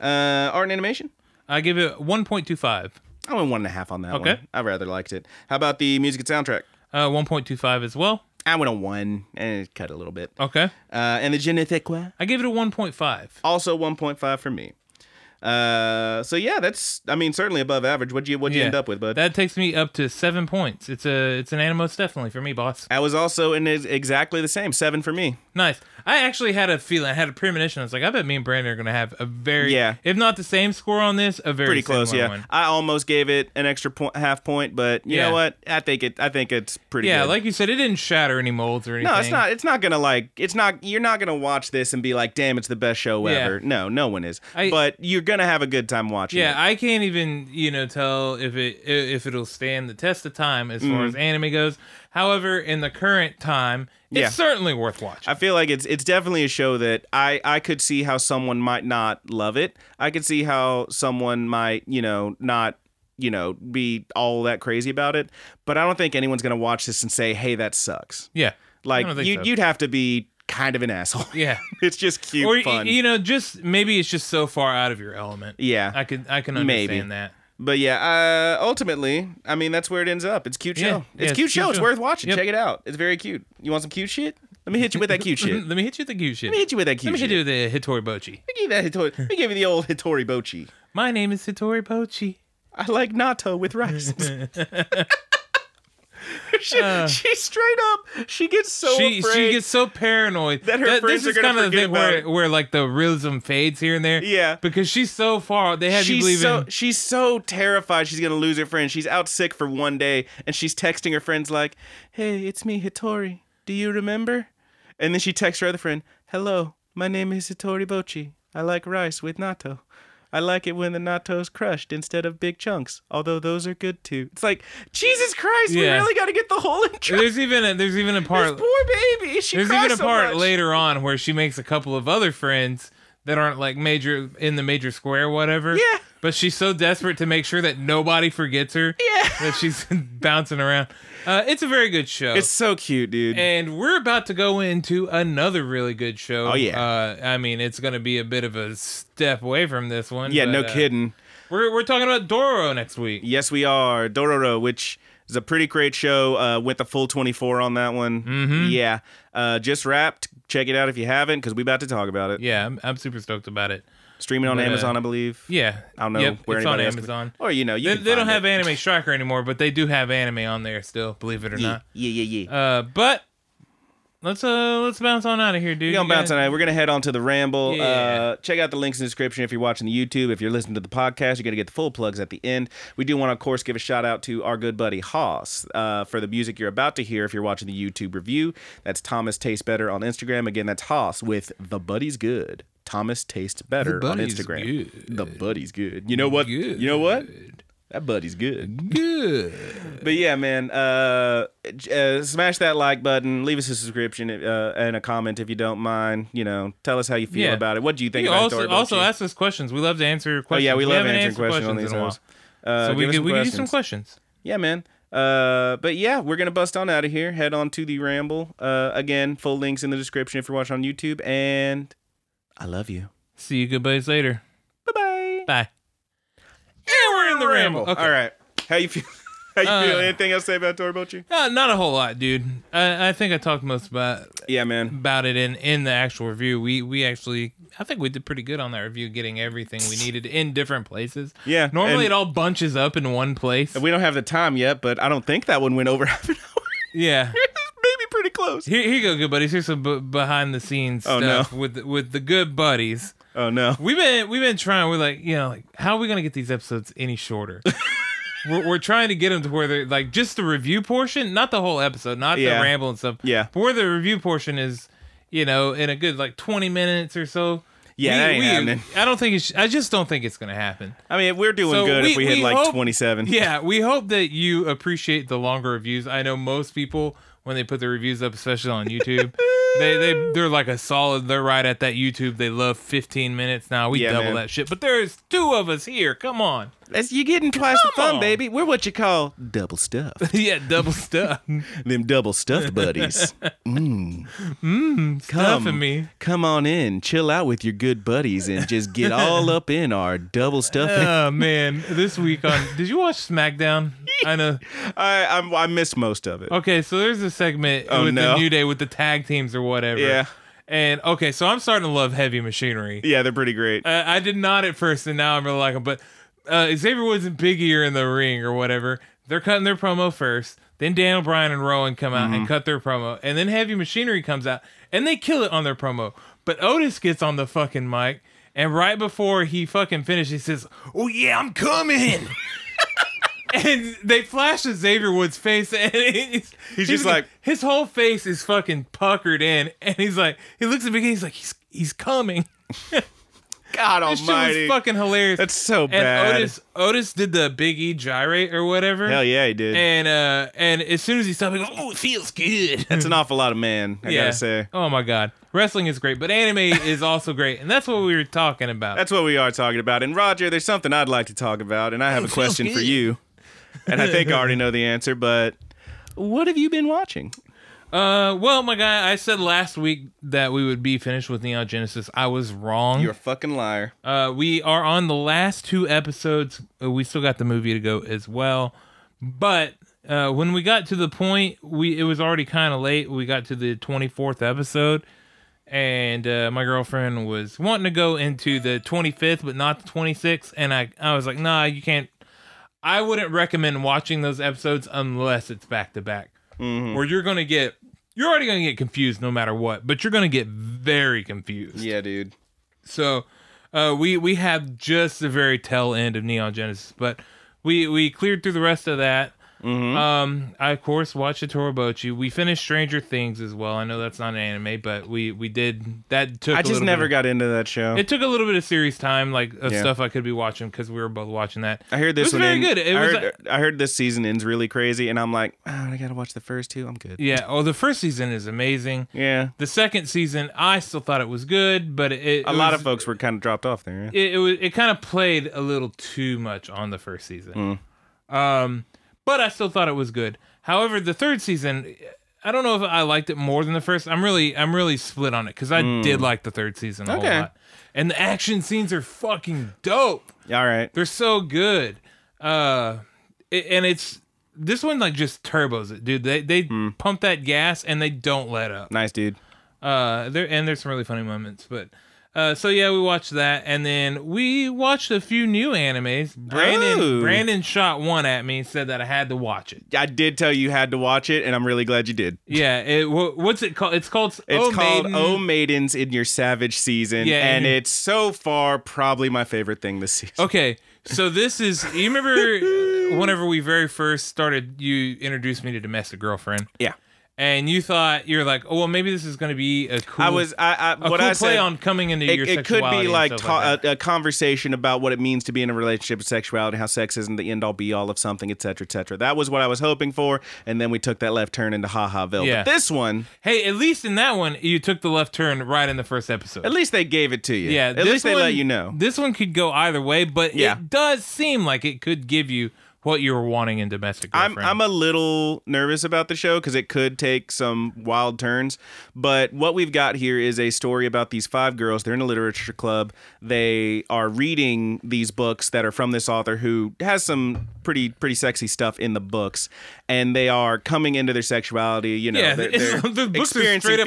B: Uh, art and animation.
A: I give it one point two five.
B: I went one and a half on that
A: Okay.
B: one. I rather liked it. How about the music and soundtrack?
A: Uh, one point two five as well.
B: I went on one and it cut a little bit.
A: Okay.
B: Uh, and the je ne sais quoi,
A: I gave it a one point five.
B: also 1.5 for me. Uh, so yeah, that's I mean certainly above average. What'd you what'd you end up with, bud?
A: That takes me up to seven points. It's a it's an animos definitely for me, boss.
B: I was also in is exactly the same seven for me.
A: Nice. I actually had a feeling, I had a premonition. I was like, I bet me and Brandon are gonna have a very,
B: Yeah.
A: if not the same score on this, a very
B: Pretty close,
A: similar
B: yeah.
A: one.
B: I almost gave it an extra point, half point, but you
A: Yeah.
B: know what? I think it. I think it's pretty.
A: Yeah,
B: good.
A: like you said, it didn't shatter any molds or anything.
B: No, it's not. It's not gonna like. It's not. You're not gonna watch this and be like, "Damn, it's the best show
A: Yeah.
B: ever." No, no one is.
A: I-
B: but you're gonna have a good time watching.
A: Yeah,
B: it.
A: I can't even you know tell if it i- if it'll stand the test of time as far
B: Mm-hmm.
A: as anime goes. However, in the current time, it's
B: Yeah.
A: certainly worth watching.
B: I feel like it's it's definitely a show that I I could see how someone might not love it. I could see how someone might you know not you know be all that crazy about it. But I don't think anyone's gonna watch this and say, "Hey, that sucks."
A: yeah,
B: Like
A: I don't think
B: you
A: so.
B: you'd have to be kind of an asshole.
A: yeah,
B: [LAUGHS] it's just cute
A: or y-
B: fun.
A: you know, just maybe it's just so far out of your element.
B: yeah,
A: I could I can
B: Maybe.
A: understand that.
B: But yeah, uh, ultimately, I mean that's where it ends up. It's a cute
A: Yeah,
B: show.
A: yeah,
B: It's a cute show. It's worth watching.
A: Yep.
B: Check it out. It's very cute. You want some cute shit? Let me hit you with that
A: [LAUGHS]
B: cute shit. Let
A: Let me hit you with the cute shit.
B: me hit you with that cute
A: Let me
B: shit.
A: hit you with the Hitori Bochi.
B: Let me give you that Hitori. Let me give you the old Hitori Bochi.
A: My name is Hitori Bochi.
B: I like natto with
A: [LAUGHS]
B: rice. [LAUGHS] she, she straight up. She gets so
A: Uh. She
B: afraid.
A: she gets so paranoid
B: that her friends
A: this
B: are
A: is
B: gonna
A: kind of the
B: forget
A: thing
B: about
A: where
B: it.
A: where like the realism fades here and there.
B: Yeah.
A: because she's so far. They have you
B: She's
A: believe
B: so
A: in
B: she's so terrified she's gonna lose her friend. She's out sick for one day, and she's texting her friends like, "Hey, it's me, Hitori. Do you remember?" And then she texts her other friend, "Hello, my name is Hitori Bochi. I like rice with natto. I like it when the natto's crushed instead of big chunks, although those are good too." It's like Jesus Christ, we
A: Yeah.
B: really gotta get the whole [LAUGHS] intro.
A: There's even a, there's even a part
B: Poor baby, she
A: there's
B: cries
A: even a
B: so
A: part
B: much.
A: later on where she makes a couple of other friends that aren't like major in the major square whatever.
B: Yeah.
A: But she's so desperate to make sure that nobody forgets her.
B: Yeah.
A: That she's [LAUGHS] bouncing around. Uh, it's a very good show.
B: It's so cute, dude.
A: and we're about to go into another really good show.
B: Oh, yeah.
A: Uh, I mean, it's going to be a bit of a step away from this one.
B: yeah,
A: but,
B: no
A: uh,
B: kidding.
A: We're we're talking about Doro next week.
B: Yes, we are. Dororo, which is a pretty great show. Uh, went the full 24 on that one. Mm-hmm. Yeah. Uh, just wrapped. Check it out if you haven't, because we about to talk about it.
A: Yeah, I'm, I'm super stoked about it.
B: Streaming on
A: But, uh,
B: Amazon, I believe.
A: Yeah,
B: I don't know
A: Yep,
B: where
A: it's on
B: anybody else can-
A: Amazon.
B: or you know, you
A: They,
B: can
A: they don't
B: find
A: have
B: it.
A: Anime Striker anymore, but they do have anime on there still. Believe it or
B: Yeah,
A: not.
B: yeah, yeah, yeah.
A: Uh, but let's uh let's bounce on out of here, dude.
B: We're
A: You
B: gonna bounce
A: guys-
B: on it. We're gonna head on to the ramble.
A: Yeah.
B: Uh, check out the links in the description if you're watching the YouTube. If you're listening to the podcast, you're gonna get the full plugs at the end. We do want to, of course, give a shout out to our good buddy Haas uh, for the music you're about to hear. If you're watching the YouTube review, that's Thomas Tastes Better on Instagram. Again, that's Haas with the Buddy's Good. Thomas Tastes Better on
A: Buddy's
B: Instagram.
A: Good.
B: The Buddy's Good. You know what?
A: Good.
B: You know what? That buddy's
A: [LAUGHS]
B: good.
A: Good.
B: But yeah, man, uh, j- uh, smash that like button, leave us a subscription uh, and a comment if you don't mind. You know, tell us how you feel
A: Yeah.
B: about it. What do you think
A: You
B: about
A: also
B: Dora
A: also
B: Bochi?
A: ask us questions. We love to answer
B: Oh
A: questions.
B: yeah, we, love
A: haven't
B: answers
A: answered
B: questions on these
A: in a while.
B: shows. Uh,
A: so we
B: give us
A: could,
B: some
A: we could use some
B: questions.
A: questions.
B: Yeah, man. Uh, but yeah, we're gonna bust on out of here. Head on to the ramble. Uh, again, full links in the description if you're watching on YouTube. And I love you.
A: See you good buddies later.
B: Bye bye.
A: Bye. And we're in the ramble. Okay.
B: All right. How you feel? [LAUGHS] How you feel?
A: Uh,
B: Anything else to say about Torbochi?
A: Uh, not a whole lot, dude. I, I think I talked most about
B: Yeah, man.
A: about it in in the actual review. We we actually I think we did pretty good on that review, getting everything we needed in different places.
B: Yeah, and-
A: Normally it all bunches up in one place.
B: We don't have the time yet, but I don't think that one went over [LAUGHS] half an hour.
A: yeah.
B: [LAUGHS] Maybe pretty close.
A: Here, here you go, good buddies. Here's some b- behind the scenes
B: Oh, no.
A: stuff with the- with the good buddies.
B: Oh [LAUGHS] no.
A: We've been we've been trying. We're like, you know, like how are we gonna get these episodes any shorter?
B: [LAUGHS]
A: we're, we're trying to get them to where they're like just the review portion, not the whole episode, not
B: Yeah.
A: the ramble and stuff.
B: Yeah.
A: but where the review portion is, you know, in a good like twenty minutes or so.
B: Yeah, that ain't happening.
A: I don't think it's. I just don't think it's gonna happen.
B: I mean, we're doing
A: So
B: good if
A: we-
B: we hit
A: we
B: like
A: hope-
B: 27.
A: Yeah, we hope that you appreciate the longer reviews. I know most people when they put their reviews up, especially on YouTube,
B: [LAUGHS]
A: they they they're like a solid. They're right at that YouTube. They love 15 minutes now. We
B: Yeah,
A: double
B: man.
A: that shit. But there's two of us here. Come on. [LAUGHS]
B: That's, you're getting twice the
A: Come
B: fun,
A: on.
B: baby. We're what you call double stuffed.
A: yeah, double
B: [LAUGHS]
A: stuff.
B: Them double
A: [LAUGHS]
B: stuffed buddies. Mm.
A: Stuffing me.
B: Come on in, chill out with your good buddies, and just
A: [LAUGHS]
B: get all up in our double stuffing.
A: Oh man, this week on did you watch
B: [LAUGHS]
A: SmackDown? I know.
B: I, I'm, I missed most of it.
A: Okay, so there's a segment
B: Oh,
A: with
B: no.
A: the New Day with the tag teams or whatever.
B: Yeah.
A: And okay, so I'm starting to love Heavy Machinery.
B: Yeah, they're pretty great.
A: Uh, I did not at first, and now I'm really like him. But uh, Xavier Woods and Big E are in the ring or whatever. They're cutting their promo first. Then Daniel Bryan and Rowan come out
B: Mm-hmm.
A: and cut their promo. And then Heavy Machinery comes out and they kill it on their promo. But Otis gets on the fucking mic. And right before he fucking finishes, he says, Oh, yeah, I'm coming. and they flash to Xavier Woods' face. [LAUGHS] And he's,
B: He's just like-
A: his whole face is fucking puckered in. And he's like, he looks at Big E, he's like, he's, he's coming.
B: [LAUGHS]
A: [LAUGHS]
B: God
A: This shit was
B: almighty.
A: fucking hilarious.
B: That's so
A: and
B: bad.
A: Otis Otis did the Big E gyrate or whatever.
B: Hell yeah, he did.
A: And uh and as soon as he stopped, he goes, "Oh, it feels good."
B: That's an awful lot of man, I gotta say.
A: Oh my god, wrestling is great, but anime [LAUGHS] is also great, and that's what we were talking about.
B: That's what we are talking about. And Roger, there's something I'd like to talk about, and
A: [LAUGHS]
B: I have a question for you. And I think I already know the answer, but what have you been watching?
A: uh, well, my guy, I said last week that we would be finished with Neon Genesis. I was wrong.
B: You're a fucking liar.
A: Uh, we are on the last two episodes. Uh, We still got the movie to go as well, but uh, when we got to the point, we it was already kind of late. We got to the twenty fourth episode, and uh, my girlfriend was wanting to go into the twenty fifth, but not the twenty sixth. And I I was like, nah, you can't. I wouldn't recommend watching those episodes unless it's back to back, or you're gonna get you're already gonna get confused no matter what, but you're gonna get very confused.
B: Yeah, dude.
A: So uh, we we have just the very tail end of Neon Genesis, but we we cleared through the rest of that.
B: Mm-hmm.
A: Um, I of course watched the Torobochi. We finished Stranger Things as well. I know that's not an anime, but we we did that took.
B: I
A: a
B: just
A: little
B: never
A: bit
B: got into that show.
A: Of, it took a little bit of series time, like of
B: Yeah.
A: stuff I could be watching because we were both watching that.
B: I heard
A: It
B: this
A: was
B: one.
A: very
B: end-
A: good. It
B: I,
A: was.
B: heard, I heard this season ends really crazy, and I'm like, oh, I gotta watch the first two. I'm good.
A: yeah. Oh, the first season is amazing.
B: Yeah.
A: The second season, I still thought it was good, but it, it
B: A lot
A: was-
B: of folks were kind of dropped off there. yeah.
A: it it, was- it kind of played a little too much on the first season. Um, but I still thought it was good. However, the third season, I don't know if I liked it more than the first. I'm really I'm really split on it because I did like the third season a
B: Okay.
A: whole lot, and the action scenes are fucking dope.
B: All right.
A: They're so good. Uh, it, and it's this one like just turbos it, dude. They they pump that gas and they don't let up.
B: Nice, dude.
A: Uh, there and there's some really funny moments, but Uh, so yeah, we watched that, and then we watched a few new animes. Brandon
B: Oh.
A: Brandon shot one at me, and said that I had to watch it.
B: I did tell you you had to watch it, and I'm really glad you did.
A: Yeah, it, wha- what's it called? It's called
B: It's
A: Oh
B: called
A: Maiden.
B: Oh Maidens in Your Savage Season,
A: Yeah, Oh, and-
B: and it's so far probably my favorite thing this season.
A: Okay, so this is you
B: [LAUGHS]
A: remember uh, whenever we very first started, you introduced me to Domestic Girlfriend,
B: Yeah.
A: and you thought you're like, oh well, maybe this is going to be a cool.
B: I was I, I
A: a
B: what
A: cool
B: I
A: play
B: said,
A: on coming into
B: it,
A: your
B: it could
A: sexuality
B: be
A: and
B: like,
A: stuff
B: ta- uh,
A: like that.
B: a, a conversation about what it means to be in a relationship with sexuality, how sex isn't the end all be all of something, et cetera, et cetera. That was what I was hoping for, and then we took that left turn into Ha Ha Ville.
A: Yeah.
B: But this one,
A: hey, at least in that one, you took the left turn right in the first episode.
B: at least they gave it to you.
A: yeah,
B: at
A: this
B: least they
A: one-
B: let you know.
A: This one could go either way, but
B: Yeah.
A: it does seem like it could give you what you were wanting in domestic.
B: I'm
A: Girlfriend.
B: I'm a little nervous about the show because it could take some wild turns. But what we've got here is a story about these five girls. They're in a literature club. They are reading these books that are from this author who has some pretty pretty sexy stuff in the books, and they are coming into their sexuality. You
A: [LAUGHS]
B: know,
A: yeah,
B: they're,
A: it's-
B: they're
A: the books are
B: experiencing
A: straight up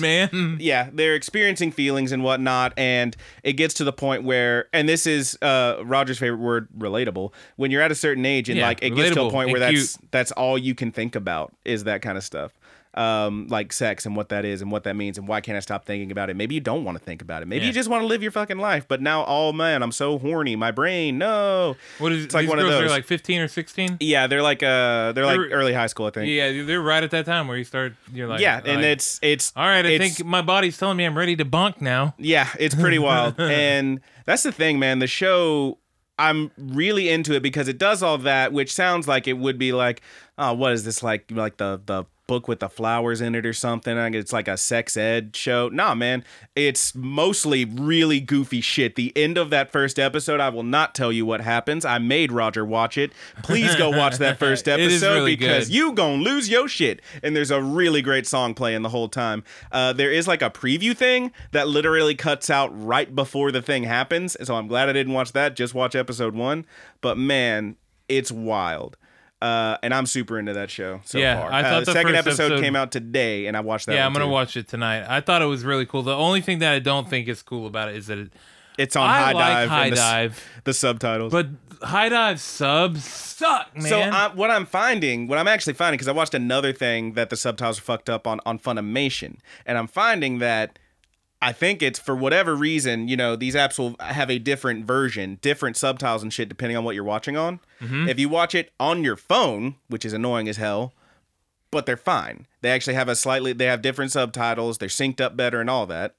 A: lewd, man.
B: yeah, they're experiencing feelings and whatnot, and it gets to the point where, and this is uh, Roger's favorite word, relatable. When you're at a certain age, and
A: Yeah,
B: like it gets to a
A: relatable
B: point where
A: and
B: that's that's all you can think about is that kind of stuff, um, like sex and what that is and what that means and why can't I stop thinking about it? Maybe you don't want to think about it. Maybe
A: Yeah.
B: you just want to live your fucking life. But now, oh man, I'm so horny. My brain, no.
A: What is
B: It's like
A: these
B: one of
A: girls are
B: those.
A: like 15 or 16?
B: Yeah, they're like uh, they're like
A: They're-
B: early high school, I think. Yeah,
A: Yeah, they're right at that time where you start. You're like,
B: and
A: like,
B: it's it's
A: all right. I
B: it's-
A: think my body's telling me I'm ready to bunk now.
B: Yeah, it's pretty
A: [LAUGHS]
B: wild. and that's the thing, man. The show, I'm really into it because it does all that, which sounds like it would be like, oh, what is this like? Like the the book with the flowers in it or something. Like it's like a sex ed show. Nah, man. It's mostly really goofy shit. The end of that first episode, I will not tell you what happens. I made Roger watch it. Please go watch
A: [LAUGHS]
B: that first
A: It
B: episode
A: is really
B: because
A: good.
B: you you gonna lose your shit. And there's a really great song playing the whole time. Uh, there is like a preview thing that literally cuts out right before the thing happens. So I'm glad I didn't watch that. Just watch episode one. But man, it's wild. Uh, and I'm super into that show so
A: Yeah,
B: far.
A: I thought
B: uh,
A: the
B: second
A: first
B: episode,
A: episode-
B: came out today, and I watched that.
A: yeah,
B: one
A: I'm gonna
B: too.
A: watch it tonight. I thought it was really cool. The only thing that I don't think is cool about it is that it,
B: It's on
A: I
B: High
A: like
B: Dive.
A: High
B: and the, s-
A: Dive,
B: The subtitles.
A: but High Dive subs suck, man.
B: So I, what I'm finding, what I'm actually finding, because I watched another thing that the subtitles are fucked up on on Funimation, and I'm finding that I think it's for whatever reason, you know, these apps will have a different version, different subtitles and shit depending on what you're watching on. If you watch it on your phone, which is annoying as hell, but they're fine. They actually have a slightly, they have different subtitles. They're synced up better and all that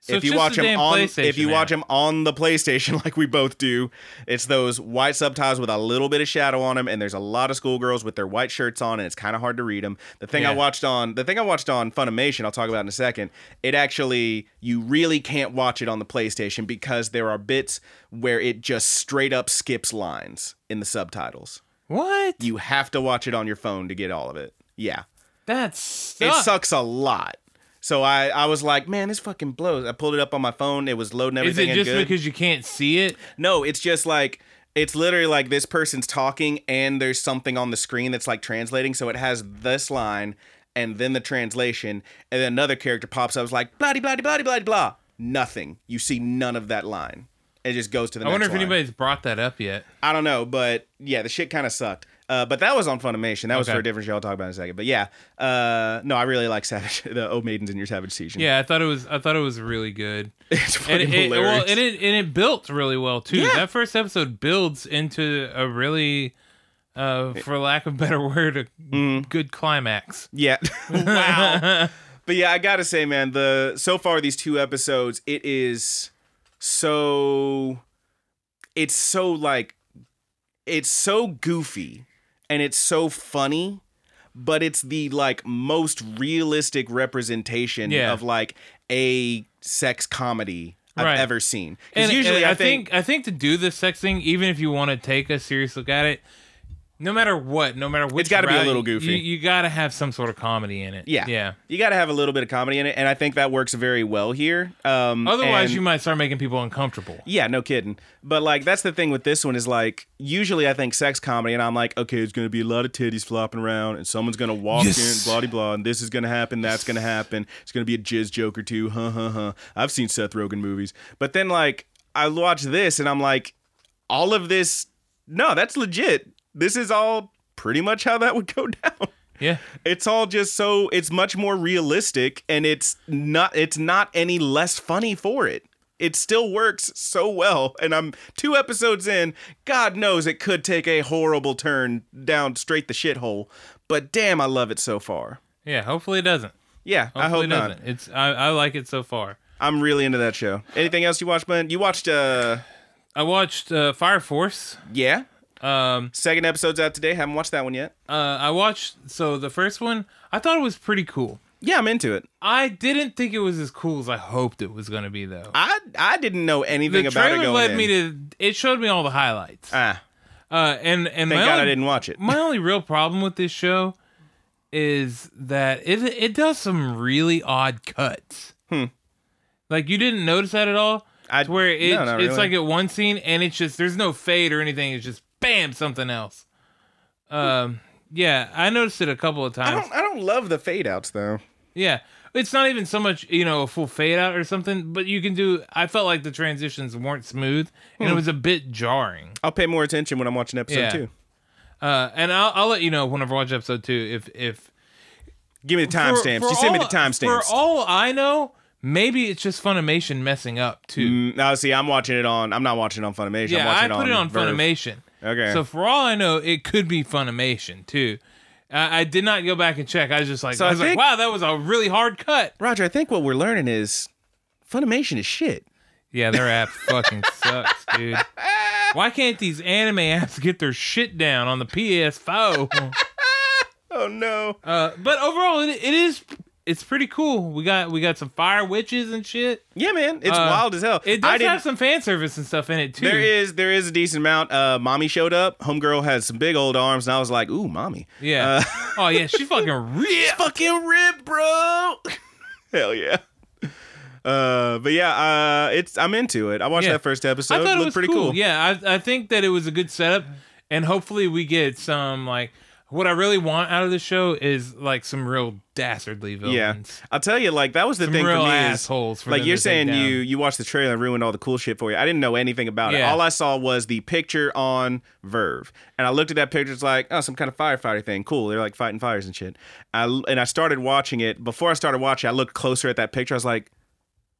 A: So
B: if
A: it's
B: you
A: just
B: watch
A: the
B: them
A: damn
B: on if
A: PlayStation
B: you watch
A: app.
B: them on the PlayStation [LAUGHS] like we both do, it's those white subtitles with a little bit of shadow on them, and there's a lot of schoolgirls with their white shirts on, and it's kind of hard to read them. The thing I
A: Yeah.
B: watched on the thing I watched on Funimation, I'll talk about in a second. It actually you really can't watch it on the PlayStation because there are bits where it just straight up skips lines in the subtitles.
A: what?
B: You have to watch it on your phone to get all of it. Yeah
A: That
B: it
A: sucks.
B: sucks a lot. So I, I was like, man, this fucking blows. I pulled it up on my phone. It was loading
A: Is
B: everything
A: it just
B: in good.
A: because you can't see it?
B: no, it's just like it's literally like this person's talking and there's something on the screen that's like translating. So it has this line and then the translation, and then another character pops up. It's like blah de blah de blah de blah de blah. Nothing. You see none of that line. It just goes to the.
A: I
B: next
A: wonder if
B: line.
A: anybody's brought that up yet.
B: I don't know, but yeah, the shit kind of sucked. Uh, but that was on Funimation. That was
A: Okay.
B: for a different show. I'll talk about in a second. But yeah, uh, no, I really like Savage, [LAUGHS] the Old Maidens in Your Savage Season.
A: Yeah, I thought it was. I thought it was really good.
B: [LAUGHS] it's fucking
A: and it, it-
B: hilarious.
A: well, and it and it built really well too.
B: Yeah.
A: That first episode builds into a really, uh, for lack of a better word, a
B: Mm-hmm.
A: good climax.
B: yeah, wow. [LAUGHS] But yeah, I gotta say, man, the so far these two episodes, it is so, it's so like, it's so goofy, and it's so funny. but it's the like most realistic representation
A: Yeah.
B: of like a sex comedy I've
A: Right.
B: ever seen. Because
A: And
B: usually
A: and
B: I, think,
A: I think to do this sex thing, even if you want to take a serious look at it, No matter what, no matter which,
B: gotta be a
A: route,
B: little goofy.
A: You, you got to have some sort of comedy in it.
B: Yeah.
A: yeah.
B: You got to have a little bit of comedy in it, and I think that works very well here. Um,
A: Otherwise,
B: and-
A: you might start making people uncomfortable.
B: Yeah, no kidding. But like that's the thing with this one is like usually I think sex comedy and I'm like, okay, it's gonna be a lot of titties flopping around and someone's gonna walk
A: Yes.
B: in, blah de blah, and this is gonna happen, that's gonna happen, it's gonna be a jizz joke or two, huh huh huh. I've seen Seth Rogen movies. But then like I watch this and I'm like, all of this no, that's legit. This is all pretty much how that would go [LAUGHS] down.
A: Yeah.
B: It's all just so it's much more realistic and it's not it's not any less funny for it. It still works so well and I'm two episodes in. God knows it could take a horrible turn down straight the shithole, but damn I love it so far.
A: Yeah. Hopefully it doesn't.
B: Yeah,
A: Hopefully
B: I hope
A: it
B: not.
A: doesn't. It's I, I like it so far.
B: I'm really into that show. Anything else you watched, Bud? You watched uh
A: I watched uh, Fire Force.
B: yeah.
A: Um,
B: Second episode's out today. Haven't watched that one yet.
A: uh, I watched so the first one. I thought it was pretty cool.
B: Yeah, I'm into it.
A: I didn't think it was as cool as I hoped it was going to be though.
B: I I didn't know anything
A: the
B: about it
A: trailer
B: going
A: led
B: in.
A: me to. It showed me all the highlights.
B: ah,
A: Uh, and and
B: thank
A: my
B: God
A: only,
B: I didn't watch it.
A: my only real problem with this show is that it it does some really odd cuts. Hmm. Like you didn't notice that at all.
B: I-
A: to where it,
B: no, not
A: it's
B: really.
A: like at one scene and it's just there's no fade or anything. It's just bam something else. Um. Yeah, I noticed it a couple of
B: I
A: times.
B: don't I don't love the fade outs though.
A: Yeah. It's not even so much, you know, a full fade out or something, but you can do I felt like the transitions weren't smooth and
B: Hmm.
A: it was a bit jarring.
B: I'll pay more attention when I'm watching episode
A: Yeah.
B: two.
A: Uh and I'll I'll let you know whenever I watch episode two if if
B: Give me the
A: for-
B: timestamps.
A: for
B: You send me the
A: all- For
B: timestamps.
A: all I know, maybe it's just Funimation messing up too.
B: Mm, No, see, I'm watching it on. I'm not watching it on Funimation. I'm
A: yeah, I
B: watching
A: put it on
B: Verve.
A: Funimation.
B: Okay.
A: So for all I know, it could be Funimation too. I, I did not go back and check. I was just like,
B: So
A: I
B: I
A: was
B: think-
A: like, wow, that was a really hard cut.
B: Roger, I think what we're learning is Funimation is shit.
A: Yeah, their
B: [LAUGHS]
A: app fucking sucks, dude. Why can't these anime apps get their shit down on the
B: [LAUGHS]
A: PS5?
B: Oh no.
A: Uh, but overall, it, it is it's pretty cool. We got we got some fire witches and shit.
B: Yeah, man, it's
A: Uh,
B: wild as hell.
A: It does
B: I didn't-
A: have some fan service and stuff in it too.
B: There is there is a decent amount. Uh, mommy showed up. Homegirl had some big old arms, and I was like, "Ooh, mommy."
A: Yeah.
B: Uh,
A: oh yeah,
B: [LAUGHS]
A: she's fucking real.
B: Fucking rip, bro. [LAUGHS] Hell yeah. Uh, but yeah, uh, it's I'm into it. I watched
A: Yeah.
B: that first episode.
A: I thought it
B: looked
A: was
B: pretty
A: cool.
B: cool.
A: Yeah, I I think that it was a good setup, and hopefully we get some like what I really want out of the show is like some real dastardly villains.
B: Yeah, I'll tell you, like that was the
A: Some
B: thing for
A: real
B: me
A: assholes
B: is
A: for
B: like
A: them
B: you're
A: to take
B: saying
A: down.
B: you you watched the trailer and ruined all the cool shit for you. I didn't know anything about it.
A: Yeah.
B: All I saw was the picture on Verve, and I looked at that picture. It's like oh, some kind of firefighter thing. Cool, they're like fighting fires and shit. I and I started watching it. Before I started watching, I looked closer at that picture. I was like,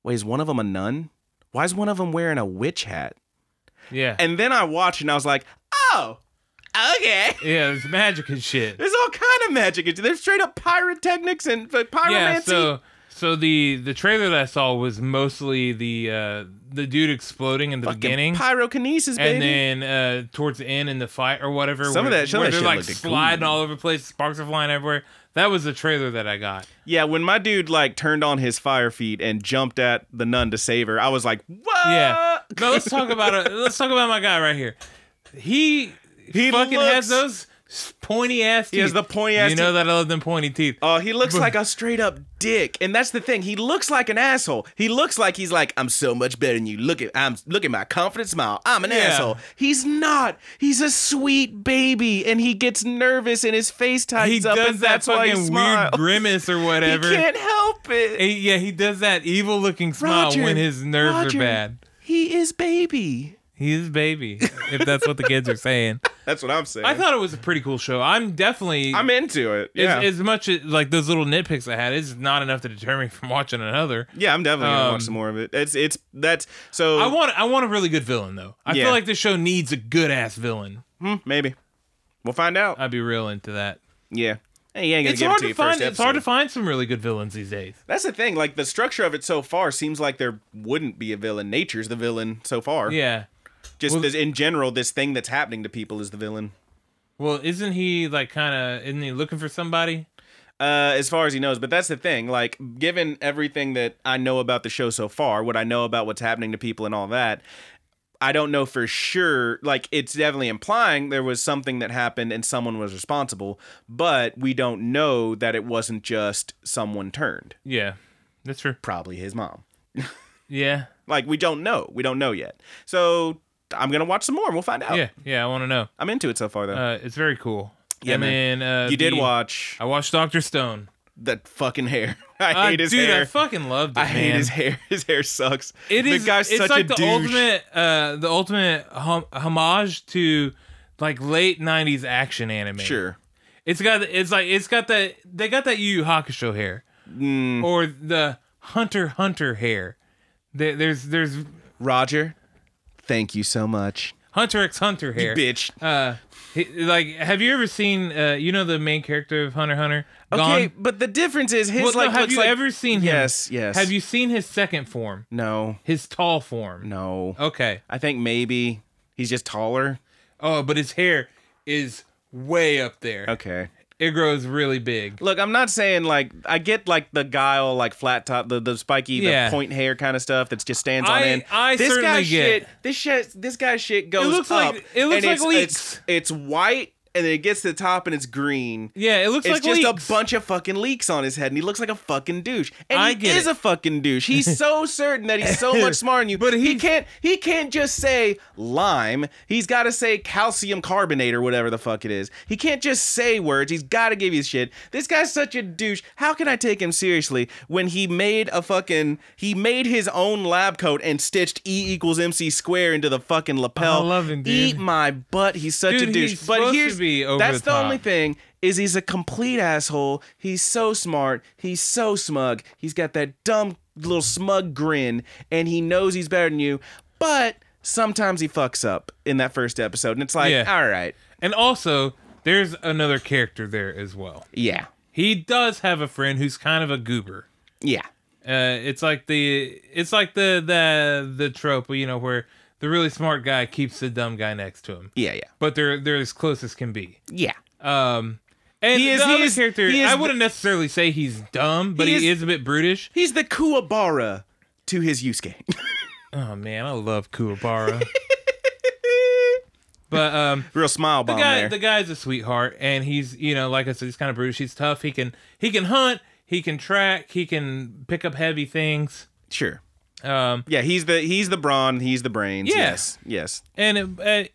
B: wait, is one of them a nun? Why is one of them wearing a witch hat?
A: Yeah.
B: And then I watched and I was like, oh, okay. [LAUGHS]
A: yeah, it's magic and shit.
B: There's all kind of magic. There's straight up pyrotechnics and like, pyromancy.
A: Yeah, so so the the trailer that I saw was mostly the uh the dude exploding in the
B: Fucking
A: beginning.
B: pyrokinesis, baby.
A: and then uh, towards the end in the fight or whatever,
B: Some of
A: where,
B: that- some
A: where
B: of that
A: they're
B: shit
A: like
B: looked cool.
A: sliding all over the place, sparks are flying everywhere. That was the trailer that I got.
B: yeah, when my dude like turned on his fire feet and jumped at the nun to save her, I was like,
A: [LAUGHS]
B: "What?"
A: Yeah, but let's talk about it. Let's talk about my guy right here. He
B: He
A: fucking
B: looks-
A: has those pointy ass. teeth.
B: has the pointy ass
A: You know that I love them pointy teeth.
B: Oh, he looks like a straight up dick, and that's the thing. He looks like an asshole. He looks like he's like, "I'm so much better than you." Look at, I'm look at my confident smile. I'm an
A: Yeah.
B: asshole. He's not. He's a sweet baby, and he gets nervous, and his face
A: he
B: tightens
A: does
B: up,
A: that
B: and that's why he
A: fucking weird
B: [LAUGHS] smiles.
A: grimace or
B: he
A: whatever.
B: can't help it.
A: He- yeah, he does that evil looking smile
B: Roger,
A: when his nerves
B: Roger,
A: are bad.
B: He is baby.
A: He's baby, if that's what the kids are
B: [LAUGHS]
A: saying.
B: That's what I'm saying.
A: I thought it was a pretty cool show. I'm definitely
B: I'm into it.
A: as,
B: Yeah,
A: as much as like those little nitpicks I had, it's not enough to deter me [LAUGHS] from watching another.
B: yeah, I'm definitely gonna
A: um,
B: watch some more of it. It's it's that's so
A: I want I want a really good villain though. I
B: Yeah.
A: feel like this show needs a good ass villain.
B: hmm, maybe we'll find out.
A: I'd be real into that.
B: yeah, hey, you ain't gonna
A: Uh, It's
B: give
A: hard
B: it to,
A: to
B: you
A: find
B: first
A: it's hard to
B: episode.
A: find some really good villains these days.
B: That's the thing. Like the structure of it so far seems like there wouldn't be a villain. Nature's the villain so far.
A: Yeah.
B: Just
A: well-
B: this, in general, this thing that's happening to people is the villain.
A: Well, isn't he like kind of isn't he looking for somebody?
B: uh, as far as he knows. But that's the thing. Like, given everything that I know about the show so far, what I know about what's happening to people and all that, I don't know for sure. Like it's definitely implying there was something that happened and someone was responsible, but we don't know that it wasn't just someone turned.
A: Yeah, that's true.
B: Probably his mom.
A: Yeah,
B: Like we don't know. We don't know yet. So I'm gonna watch some more. We'll find out.
A: yeah, yeah. I want to know.
B: I'm into it so far though.
A: Uh, it's very cool.
B: Yeah,
A: and
B: man.
A: Then, uh,
B: you did
A: the-
B: watch
A: I watched Doctor Stone.
B: that fucking hair. [LAUGHS] I
A: Uh,
B: hate his
A: dude,
B: hair.
A: I fucking loved it.
B: I hate
A: man.
B: his hair. [LAUGHS] His hair sucks.
A: It
B: the
A: is.
B: Guy's
A: it's
B: such
A: like
B: a
A: the
B: douche.
A: ultimate, uh, the ultimate hom- homage to like late '90s action anime.
B: Sure.
A: It's got. It's like it's got that. They got that Yu Yu Hakusho hair,
B: Mm.
A: or the Hunter x Hunter hair. There, there's there's
B: Roger, thank you so much.
A: Hunter x Hunter hair.
B: Bitch.
A: Uh, he- like, have you ever seen? Uh, you know the main character of Hunter x Hunter.
B: Okay,
A: Gone?
B: but the difference is his
A: Well, no,
B: like.
A: have
B: looks
A: you
B: like-
A: ever seen him?
B: Yes, yes.
A: Have you seen his second form?
B: No,
A: His tall form.
B: no.
A: Okay.
B: I think maybe he's just taller.
A: Oh, but his hair is way up there.
B: Okay.
A: It grows really big.
B: Look, I'm not saying like I get like the guile, like flat top, the, the spiky,
A: Yeah.
B: the point hair kind of stuff that just stands on
A: I-
B: end.
A: I
B: this
A: certainly
B: guy's
A: get-
B: shit. This shit. This guy's shit goes
A: looks
B: up.
A: like- it looks
B: and
A: like
B: it's,
A: leeks.
B: It's, it's white, and then it gets to the top, and it's green.
A: Yeah, it looks
B: It's
A: like
B: just
A: leeks.
B: a bunch of fucking leaks on his head, and he looks like a fucking douche. And
A: I
B: he
A: get
B: is
A: it.
B: a fucking douche.
A: [LAUGHS]
B: He's so certain that he's so much smarter than you. But he can't. He can't just say lime. He's got to say calcium carbonate or whatever the fuck it is. He can't just say words. He's got to give you shit. This guy's such a douche. How can I take him seriously when he made a fucking? He made his own lab coat and stitched E equals MC square into the fucking lapel.
A: I love him, dude.
B: Eat my butt. He's such
A: Dude,
B: a douche.
A: he's supposed
B: but
A: to
B: here's
A: be over
B: that's
A: the
B: the,
A: top.
B: only thing is he's a complete asshole. He's so smart. He's so smug. He's got that dumb little smug grin, and he knows he's better than you. But sometimes he fucks up in that first episode, and it's like,
A: Yeah.
B: all right,
A: And also, there's another character there as well.
B: yeah,
A: He does have a friend who's kind of a goober.
B: yeah,
A: Uh, it's like the it's like the the the trope, you know, where the really smart guy keeps the dumb guy next to him,
B: yeah, yeah,
A: but they're they're as close as can be.
B: yeah.
A: Um, and
B: He is-
A: the
B: he
A: other
B: is-
A: character,
B: he is
A: I
B: the-
A: wouldn't necessarily say he's dumb, but
B: He
A: he,
B: is-
A: is a bit brutish.
B: He's the Kuwabara to his Yusuke. [LAUGHS]
A: Oh man, I love Kuwabara. but um,
B: Real smile bomb
A: the guy
B: there.
A: the guy's a sweetheart and he's you know like i said he's kind of brutish he's tough he can he can hunt he can track he can pick up heavy things
B: sure.
A: um
B: Yeah, he's the he's the brawn, he's the brains.
A: Yeah.
B: Yes, yes.
A: and it, uh,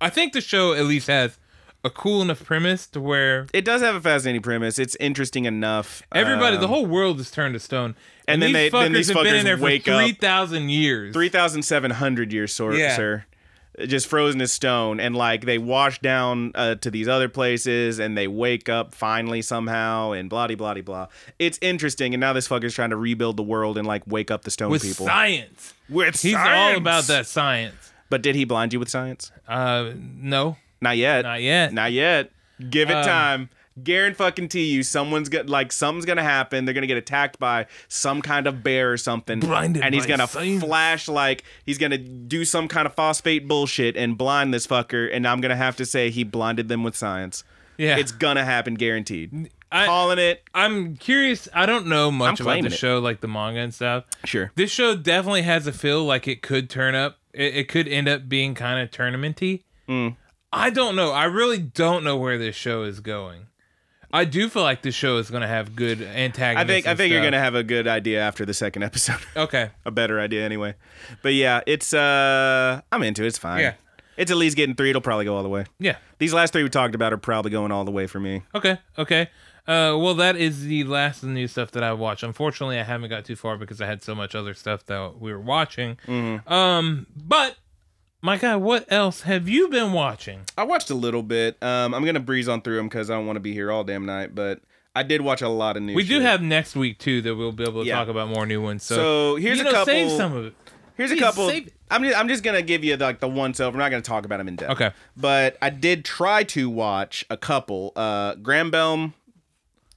A: i think the show at least has a cool enough premise to where
B: It does have a fascinating premise. It's interesting enough.
A: everybody the
B: Um,
A: whole world is turned to stone
B: and then
A: these
B: they-
A: fuckers
B: then these
A: have been
B: fuckers
A: in there for
B: wake up.
A: 3000 years
B: 3,700 years, sor-
A: Yeah.
B: sir. Just frozen as stone. And like they wash down uh, to these other places and they wake up finally somehow and blah, de, blah, de, blah. It's interesting. And now this fucker's trying to rebuild the world and like wake up the stone
A: with
B: people.
A: science
B: with
A: he's
B: science!
A: all about that science
B: But did he blind you with science?
A: uh no
B: Not yet.
A: not yet
B: [LAUGHS] Not yet. Give
A: Um,
B: it time. Guarantee fucking to you, someone's got like something's gonna happen. They're gonna get attacked by some kind of bear or something,
A: Blinded
B: and he's
A: by
B: gonna
A: science.
B: flash like he's gonna do some kind of phosphate bullshit and blind this fucker. And I'm gonna have to say he blinded them with science.
A: yeah
B: It's gonna happen, guaranteed.
A: I-
B: Calling it.
A: I'm curious. I don't know much
B: I'm
A: about
B: claiming
A: the
B: it.
A: show, like the manga and stuff.
B: Sure.
A: This show definitely has a feel like it could turn up. It, it could end up being kind of tournamenty.
B: Mm.
A: I don't know. I really don't know where this show is going. I do feel like this show is going to have good
B: I
A: antagonists.
B: think I
A: and
B: think you're
A: stuff.
B: gonna have a good idea after the second [LAUGHS] episode.
A: Okay.
B: a better idea anyway. But yeah, it's uh, I'm into it. It's fine.
A: Yeah.
B: It's at least getting three. It'll probably go all the way.
A: Yeah.
B: These last three we talked about are probably going all the way for me.
A: Okay. Okay. Uh, well, that is the last of the new stuff that I watched. Unfortunately, I haven't got too far because I had so much other stuff that we were watching.
B: Mm-hmm.
A: Um, but my God, what else have you been watching?
B: I watched a little bit. Um, I'm gonna breeze on through them because I don't want to be here all damn night. But I did watch a lot of news.
A: We do have next week too that we'll be able to
B: Yeah.
A: talk about more new ones. So,
B: So, here's
A: you
B: a
A: know, Save
B: couple-
A: some of it.
B: Here's a
A: Please
B: couple.
A: save it.
B: I'm just, I'm just gonna give you like the once over. I'm not gonna talk about them in depth.
A: Okay.
B: But I did try to watch a couple. Uh, Graham Bell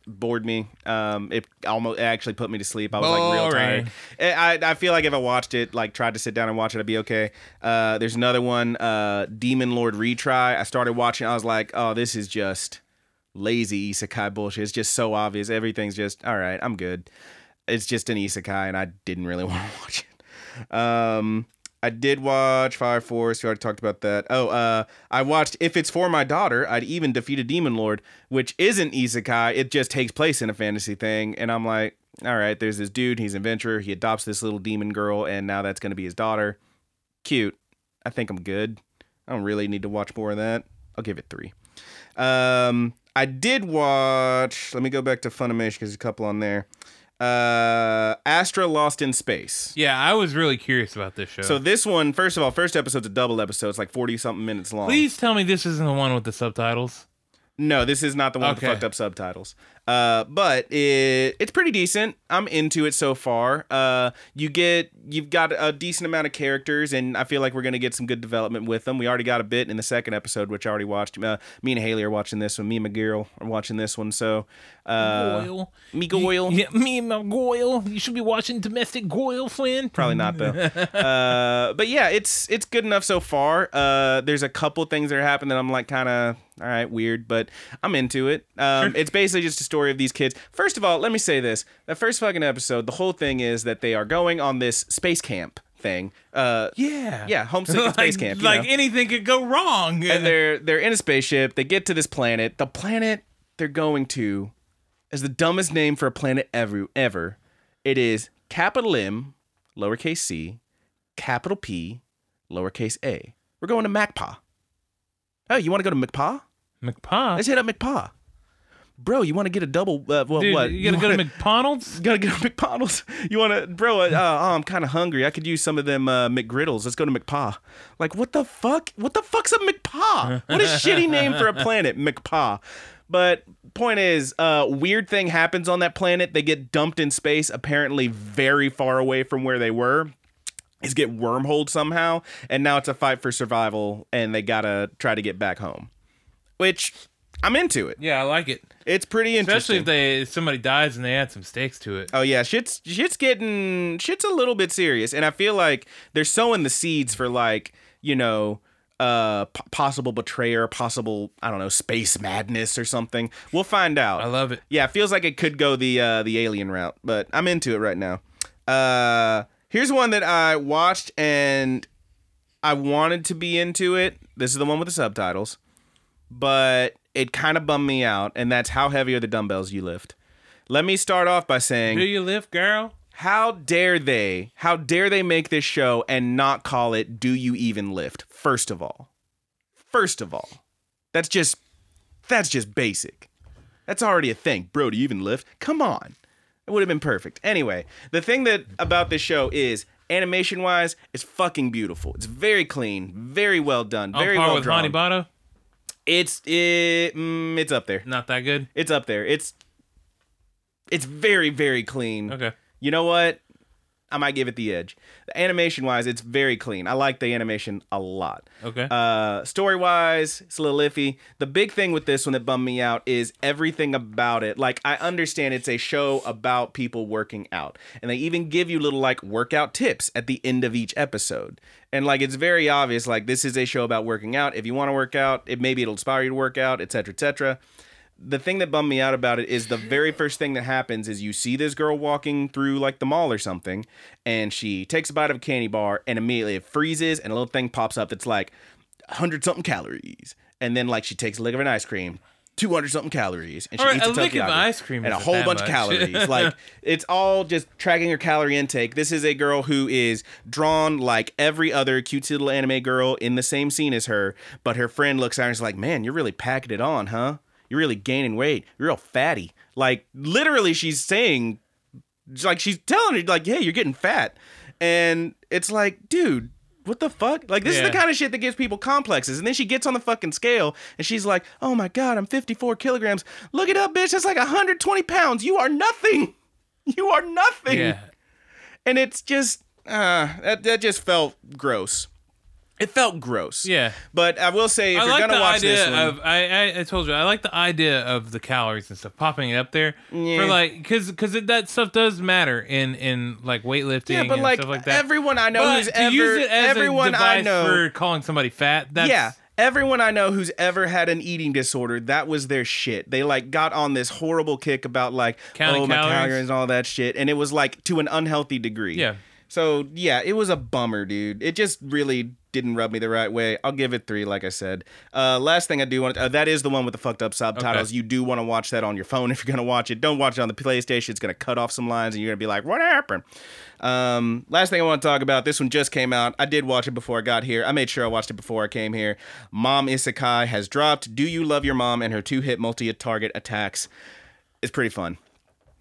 B: bored me. Um, it almost it actually put me to sleep. I was like real
A: Boring.
B: tired. Eh, I, I I feel like if I watched it, like tried to sit down and watch it, I'd be okay. Uh, there's another one, uh, Demon Lord retry. I started watching. I was like, oh, this is just lazy isekai bullshit. It's just so obvious. Everything's just all right. [LAUGHS] I'm good. It's just an isekai, and I didn't really want to watch it. Um, I did watch Fire Force. We already talked about that. Oh, uh, I watched If It's For My Daughter. I'd even defeat a demon lord, which isn't isekai. It just takes place in a fantasy thing. And I'm like, all right, there's this dude. He's an adventurer. He adopts this little demon girl, and now that's going to be his daughter. Cute. I think I'm good. I don't really need to watch more of that. I'll give it three. Um, I did watch. Let me go back to Funimation because there's a couple on there. Uh, Astra Lost in Space.
A: Yeah, I was really curious about this show.
B: So this one, first of all, first episode's a double episode. It's like forty something minutes long.
A: please tell me this isn't the one with the subtitles.
B: No, this is not the one with the
A: Okay.
B: fucked up subtitles. Uh, but it it's pretty decent. I'm into it so far. Uh, you get you've got a decent amount of characters, and I feel like we're gonna get some good development with them. We already got a bit in the second episode, which I already watched. Uh, me and Haley are watching this one. Me and McGirl are watching this one. So, uh,
A: Goyle.
B: me Goyle.
A: Yeah, me and my Goyle. You should be watching Domestic Goyle, Flynn.
B: Probably not though. uh, but yeah, it's it's good enough so far. Uh, there's a couple things that are happening that I'm like kind of all right, weird, but I'm into it. Um, It's basically just a story of these kids. First of all, let me say this: the first fucking episode, the whole thing is that they are going on this space camp thing. Uh,
A: Yeah. [LAUGHS]
B: yeah, homesick and
A: like,
B: space camp. you
A: like
B: know?
A: anything could go wrong.
B: and [LAUGHS] they're they're in a spaceship. They get to this planet. The planet they're going to is the dumbest name for a planet ever. Ever, it is capital M, lowercase c, capital P, lowercase a. We're going to Macpa. Oh, you want to go to Macpa?
A: McPaw.
B: Let's hit up McPaw. Bro, you want to get a double? Uh, well,
A: Dude,
B: what?
A: you gotta go
B: [LAUGHS]
A: to
B: wanna-
A: McDonald's?
B: Gotta [LAUGHS] get a McDonald's. You wanna, bro? Uh, oh, I'm kind of hungry. I could use some of them uh, McGriddles. Let's go to McPaw. Like, what the fuck? What the fuck's a McPaw? What
A: [LAUGHS]
B: a shitty name for a planet, McPaw. But point is, uh, weird thing happens on that planet. They get dumped in space, apparently very far away from where they were is get wormholed somehow, and now it's a fight for survival, and they gotta try to get back home. Which I'm into it.
A: Yeah, I like it.
B: It's pretty
A: Especially
B: interesting.
A: if they if somebody dies and they add some stakes to it.
B: Oh yeah, shit's shit's getting shit's a little bit serious, and I feel like they're sowing the seeds for like you know uh p- possible betrayer, possible I don't know space madness or something. We'll find out.
A: I love it.
B: Yeah, it feels like it could go the uh, the alien route, but I'm into it right now. Uh, here's one that I watched and I wanted to be into it. This is the one with the subtitles, but it kind of bummed me out, and that's how heavy are the dumbbells you lift. Let me start off by saying,
A: Do you live, girl?
B: how dare they? How dare they make this show and not call it Do You Even Lift? First of all. First of all. That's just that's just basic. That's already a thing. Bro, do you even lift? Come on. It would have been perfect. Anyway, the thing that about this show is animation wise, it's fucking beautiful. It's very clean, very well done,
A: On
B: very
A: par
B: well
A: with
B: drawn.
A: Monty Botto?
B: it's it, mm, it's up there.
A: Not that good.
B: It's up there. It's it's very very clean
A: Okay.
B: you know what? I might give it the edge. Animation wise, it's very clean. I like the animation a lot.
A: Okay.
B: Uh, story wise, it's a little iffy. The big thing with this one that bummed me out is everything about it. Like, I understand it's a show about people working out, and they even give you little like workout tips at the end of each episode. And like, it's very obvious. Like, this is a show about working out. If you want to work out, it maybe it'll inspire you to work out, etc., etc the thing that bummed me out about it is the very first thing that happens is you see this girl walking through like the mall or something, and she takes a bite of a candy bar, and immediately it freezes, and a little thing pops up that's like 100 something calories. And then, like, she takes a lick of an ice cream, 200 something calories, and she
A: All right,
B: eats a,
A: a lick of
B: takoyaki,
A: ice cream
B: and a
A: isn't
B: whole
A: that
B: bunch of
A: much. [LAUGHS]
B: calories. like, it's all just tracking her calorie intake. This is a girl who is drawn like every other cute little anime girl in the same scene as her, but her friend looks at her and is like, Man, you're really packing it on, huh? You're really gaining weight. You're real fatty. Like, literally, she's saying, like, she's telling her, like, Hey, you're getting fat. And it's like, dude, what the fuck? Like, this is
A: Yeah.
B: the kind of shit that gives people complexes. And then she gets on the fucking scale and she's like, Oh my God, I'm 54 kilograms. Look it up, bitch. That's like 120 pounds. You are nothing. [LAUGHS] You are nothing
A: yeah.
B: and it's just uh, that that just felt gross. It felt gross.
A: Yeah.
B: But I will say, if
A: I
B: you're
A: like the
B: gonna watch
A: idea
B: this one,
A: of I, I I told you I like the idea of the calories and stuff popping it up there
B: Yeah.
A: for like because because that stuff does matter in in like weightlifting
B: yeah, but
A: and
B: like,
A: stuff like that.
B: everyone I know
A: but
B: who's
A: to
B: ever,
A: use it as
B: everyone
A: a device
B: I know,
A: for calling somebody fat. That's,
B: yeah. Everyone I know who's ever had an eating disorder, that was their shit. They like got on this horrible kick about like
A: Counting
B: oh my
A: calories?
B: calories and all that shit, and it was like to an unhealthy degree.
A: Yeah.
B: So yeah, it was a bummer, dude. It just really didn't rub me the right way. I'll give it three, like I said. Uh, last thing I do want to, uh, that is the one with the fucked up subtitles. You do want to watch that on your phone [LAUGHS] if you're gonna watch it. Don't watch it on the PlayStation. It's gonna cut off some lines, and you're gonna be like, what happened? Um, last thing I want to talk about. This one just came out. I did watch it before I got here. I made sure I watched it before I came here. Mom Isekai has dropped. Do you love your mom and her two hit multi target attacks? It's pretty fun.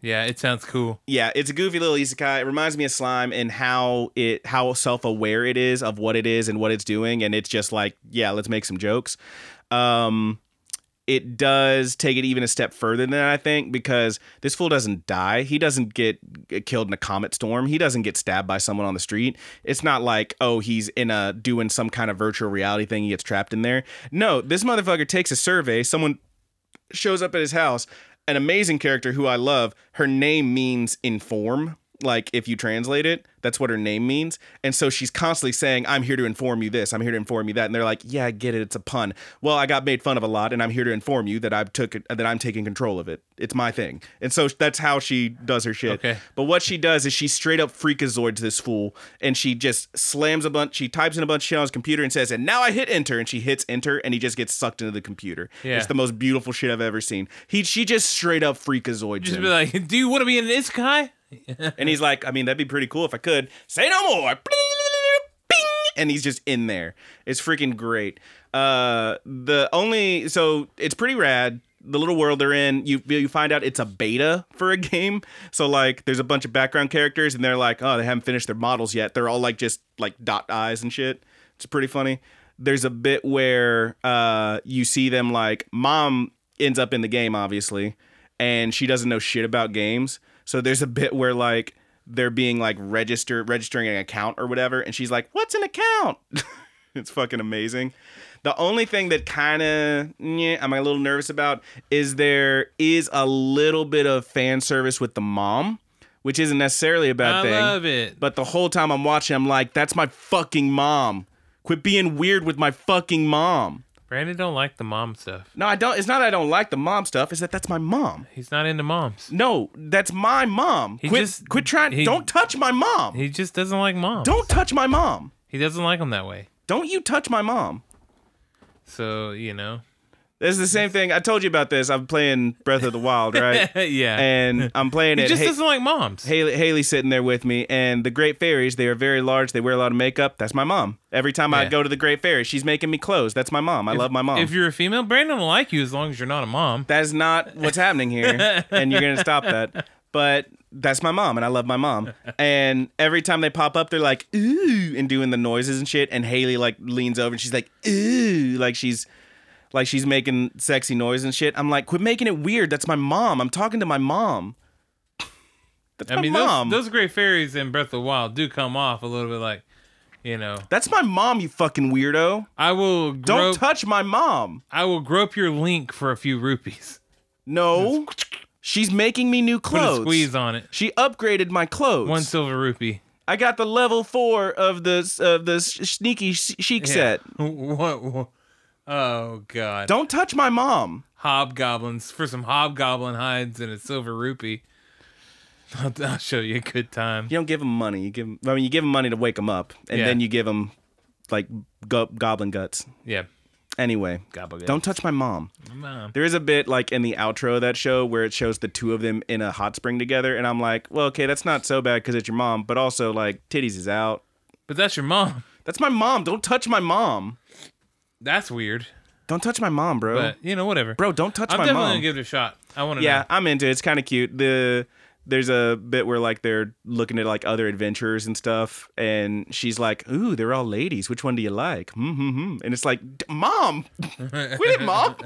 A: Yeah, it sounds cool.
B: Yeah, it's a goofy little isekai. It reminds me of slime and how it how self aware it is of what it is and what it's doing, and it's just like, yeah, let's make some jokes. Um, it does take it even a step further than that, I think, because this fool doesn't die. He doesn't get uh, killed in a comet storm. He doesn't get stabbed by someone on the street. It's not like, oh, he's in a doing some kind of virtual reality thing. He gets trapped in there. No, this motherfucker takes a survey. Someone shows up at his house an amazing character who I love. Her name means inform. Like if you translate it, that's what her name means. And so she's constantly saying, I'm here to inform you this, I'm here to inform you that. And they're like, Yeah, I get it, it's a pun. Well, I got made fun of a lot, and I'm here to inform you that I've took it, that I'm taking control of it. It's my thing. And so that's how she does her shit.
A: Okay.
B: But what she does is she straight up freakazoids this fool and she just slams a bunch she types in a bunch of shit on his computer and says, and now I hit enter and she hits enter and he just gets sucked into the computer.
A: Yeah.
B: It's the most beautiful shit I've ever seen. He she just straight up freakazoids
A: Just
B: him.
A: be like, do you want to be in this guy?
B: And he's like, I mean, that'd be pretty cool if I could. Say no more. Bing! And he's just in there. It's freaking great. Uh, the only so it's pretty rad. The little world they're in, you you find out it's a beta for a [LAUGHS] game. So like, there's a bunch of background characters, and they're like, oh, they haven't finished their models yet. They're all like just like dot eyes and shit. It's pretty funny. There's a bit where uh, you see them like mom ends up in the game, obviously, and she doesn't know shit about games. So there's a bit where like they're being like register registering an account or whatever, and she's like, "What's an account?" [LAUGHS] it's fucking amazing. The only thing that kind of I'm a little nervous about is there is a little bit of fan service with the mom, which isn't necessarily a bad
A: I
B: thing.
A: love it.
B: But the whole time I'm watching, I'm like, "That's my fucking mom." Quit being weird with my fucking mom.
A: Brandon don't like the mom stuff.
B: No, I don't. It's not that I don't like the mom stuff. It's that that's my mom.
A: He's not into moms.
B: No, that's my mom.
A: He
B: quit,
A: just-
B: quit trying.
A: he-
B: don't touch my mom.
A: He just doesn't like moms.
B: don't touch my mom.
A: He doesn't like them that way.
B: Don't you touch my mom.
A: So you know.
B: This is the same thing. I told you about this. I'm playing Breath of the
A: [LAUGHS]
B: Wild, right?
A: yeah.
B: and I'm playing
A: he
B: it.
A: just
B: Hey-
A: doesn't like moms.
B: Haley, Haley's sitting there with me, and the Great Fairies, they are very large. They wear a lot of makeup. That's my mom. Every time I
A: Yeah.
B: go to the Great Fairy, she's making me clothes. That's my mom. I love my mom.
A: If you're a female, Brandon will like you as long as you're not a mom.
B: That is not what's happening here, and you're gonna stop that. But that's my mom, and I love my mom. And every time they pop up, they're like ooh, and doing the noises and shit. And Haley like leans over and she's like ooh, like she's like she's making sexy noise and shit. I'm like, quit making it weird. That's my mom. I'm talking to my mom. That's
A: I
B: my
A: mean,
B: mom.
A: Those, those great fairies in Breath of the Wild do come off a little bit like, you know,
B: that's my mom. You fucking weirdo.
A: I will
B: Don't
A: grope,
B: touch my mom.
A: I will grope your link for a few rupees.
B: No, she's making me new
A: Put a
B: clothes.
A: squeeze on it.
B: She upgraded my clothes.
A: One silver rupee.
B: I got the level four of the of the sh- sneaky sh- chic set.
A: Yeah. [LAUGHS] What, what? Oh God!
B: Don't touch my mom.
A: Hobgoblins for some hobgoblin hides and a silver rupee. I'll, I'll show you a good time.
B: You don't give them money. You give 'em- I mean, you give them money to wake them up, and
A: Yeah.
B: then you give them like go- goblin guts.
A: Yeah,
B: Anyway,
A: goblin.
B: don't touch my mom.
A: Mom.
B: There is a bit like in the outro of that show where it shows the two of them in a hot spring together, and I'm like, well, okay, that's not so bad because it's your mom, but also like titties is out.
A: But that's your mom.
B: That's my mom. Don't touch my mom.
A: That's weird.
B: Don't touch my mom, bro.
A: But you know, whatever.
B: bro, don't touch
A: I'm
B: my
A: definitely
B: mom.
A: gonna give it a shot. I want to.
B: yeah, I'm into it. It's kind of cute. The there's a bit where like they're looking at like other adventurers and stuff, and she's like, "Ooh, they're all ladies. Which one do you like?" Mm-hmm. And it's like, "D-
A: [LAUGHS]
B: "Mom, quit it, mom."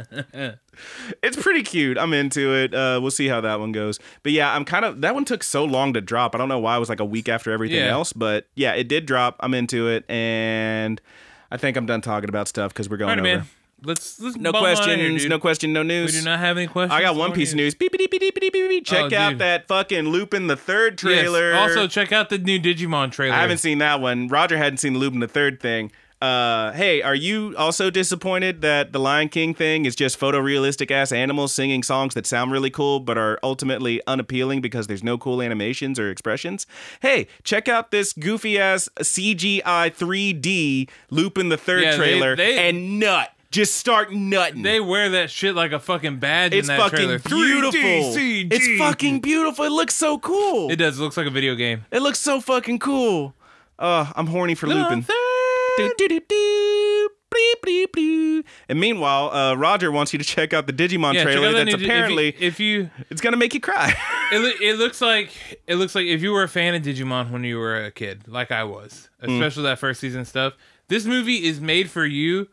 B: it's pretty cute. I'm into it. Uh, we'll see how that one goes. But yeah, I'm kind of that one took so long to drop. I don't know why it was like a week after everything
A: Yeah.
B: else, but yeah, it did drop. I'm into it, and I think I'm done talking about stuff because we're
A: All right,
B: going over.
A: man. Let's let's
B: No
A: bump on out of here,
B: questions.
A: dude.
B: no question. No news.
A: We do not have any questions.
B: I got one piece of news. Beep, beep, beep, beep, beep, beep, beep. Check
A: Oh,
B: out
A: dude.
B: that fucking Lupin the Third trailer.
A: Yes. Also, check out the new Digimon trailer.
B: I haven't seen that one. Roger hadn't seen the Lupin the Third thing. Uh, hey, are you also disappointed that the Lion King thing is just photorealistic ass animals singing songs that sound really cool but are ultimately unappealing because there's no cool animations or expressions? Hey, check out this goofy ass CGI 3D Lupin the Third
A: Yeah, they-
B: trailer
A: they-
B: and nut. Just start nutting.
A: They wear that shit like a fucking badge in
B: it's
A: that
B: fucking
A: trailer.
B: beautiful.
A: 3D,
B: It's fucking beautiful. It looks so cool.
A: It
B: It,
A: does. It looks like a video game.
B: looks so fucking cool. Uh, I'm horny for Lupin.
A: Dude,
B: Do-do-do-do, bleep, bleep, bleep. And meanwhile, uh, Roger wants you to check out the Digimon
A: Yeah, check
B: trailer
A: out that
B: that's
A: new-
B: apparently
A: if you, if you
B: it's gonna make you cry. [LAUGHS]
A: it, loo- it looks like it looks like if you were a fan of Digimon when you were a kid, like I was,
B: Mm.
A: especially that first season stuff. This movie is made for you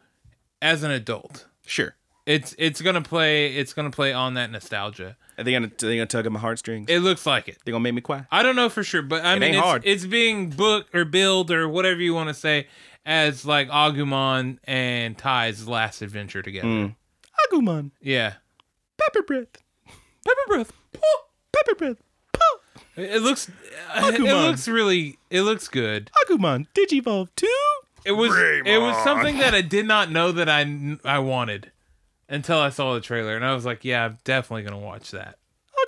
A: as an adult.
B: sure.
A: It's it's gonna play it's gonna play on that nostalgia.
B: Are they gonna are they gonna tug at my heartstrings?
A: It looks like it.
B: they gonna make me cry.
A: I don't know for sure, but I mean,
B: ain't
A: it's,
B: hard.
A: it's being booked or billed or whatever you want to say as like Agumon and Tai's last adventure together.
B: Mm. Agumon,
A: Yeah,
B: pepper breath,
A: pepper breath.
B: pepper breath, Puh.
A: It looks, uh, it
B: Agumon.
A: looks really, it looks good.
B: Agumon, Digivolve two.
A: It was, it was something that I did not know that I kn- I wanted until I saw the trailer, and I was like, yeah, I'm definitely gonna watch that.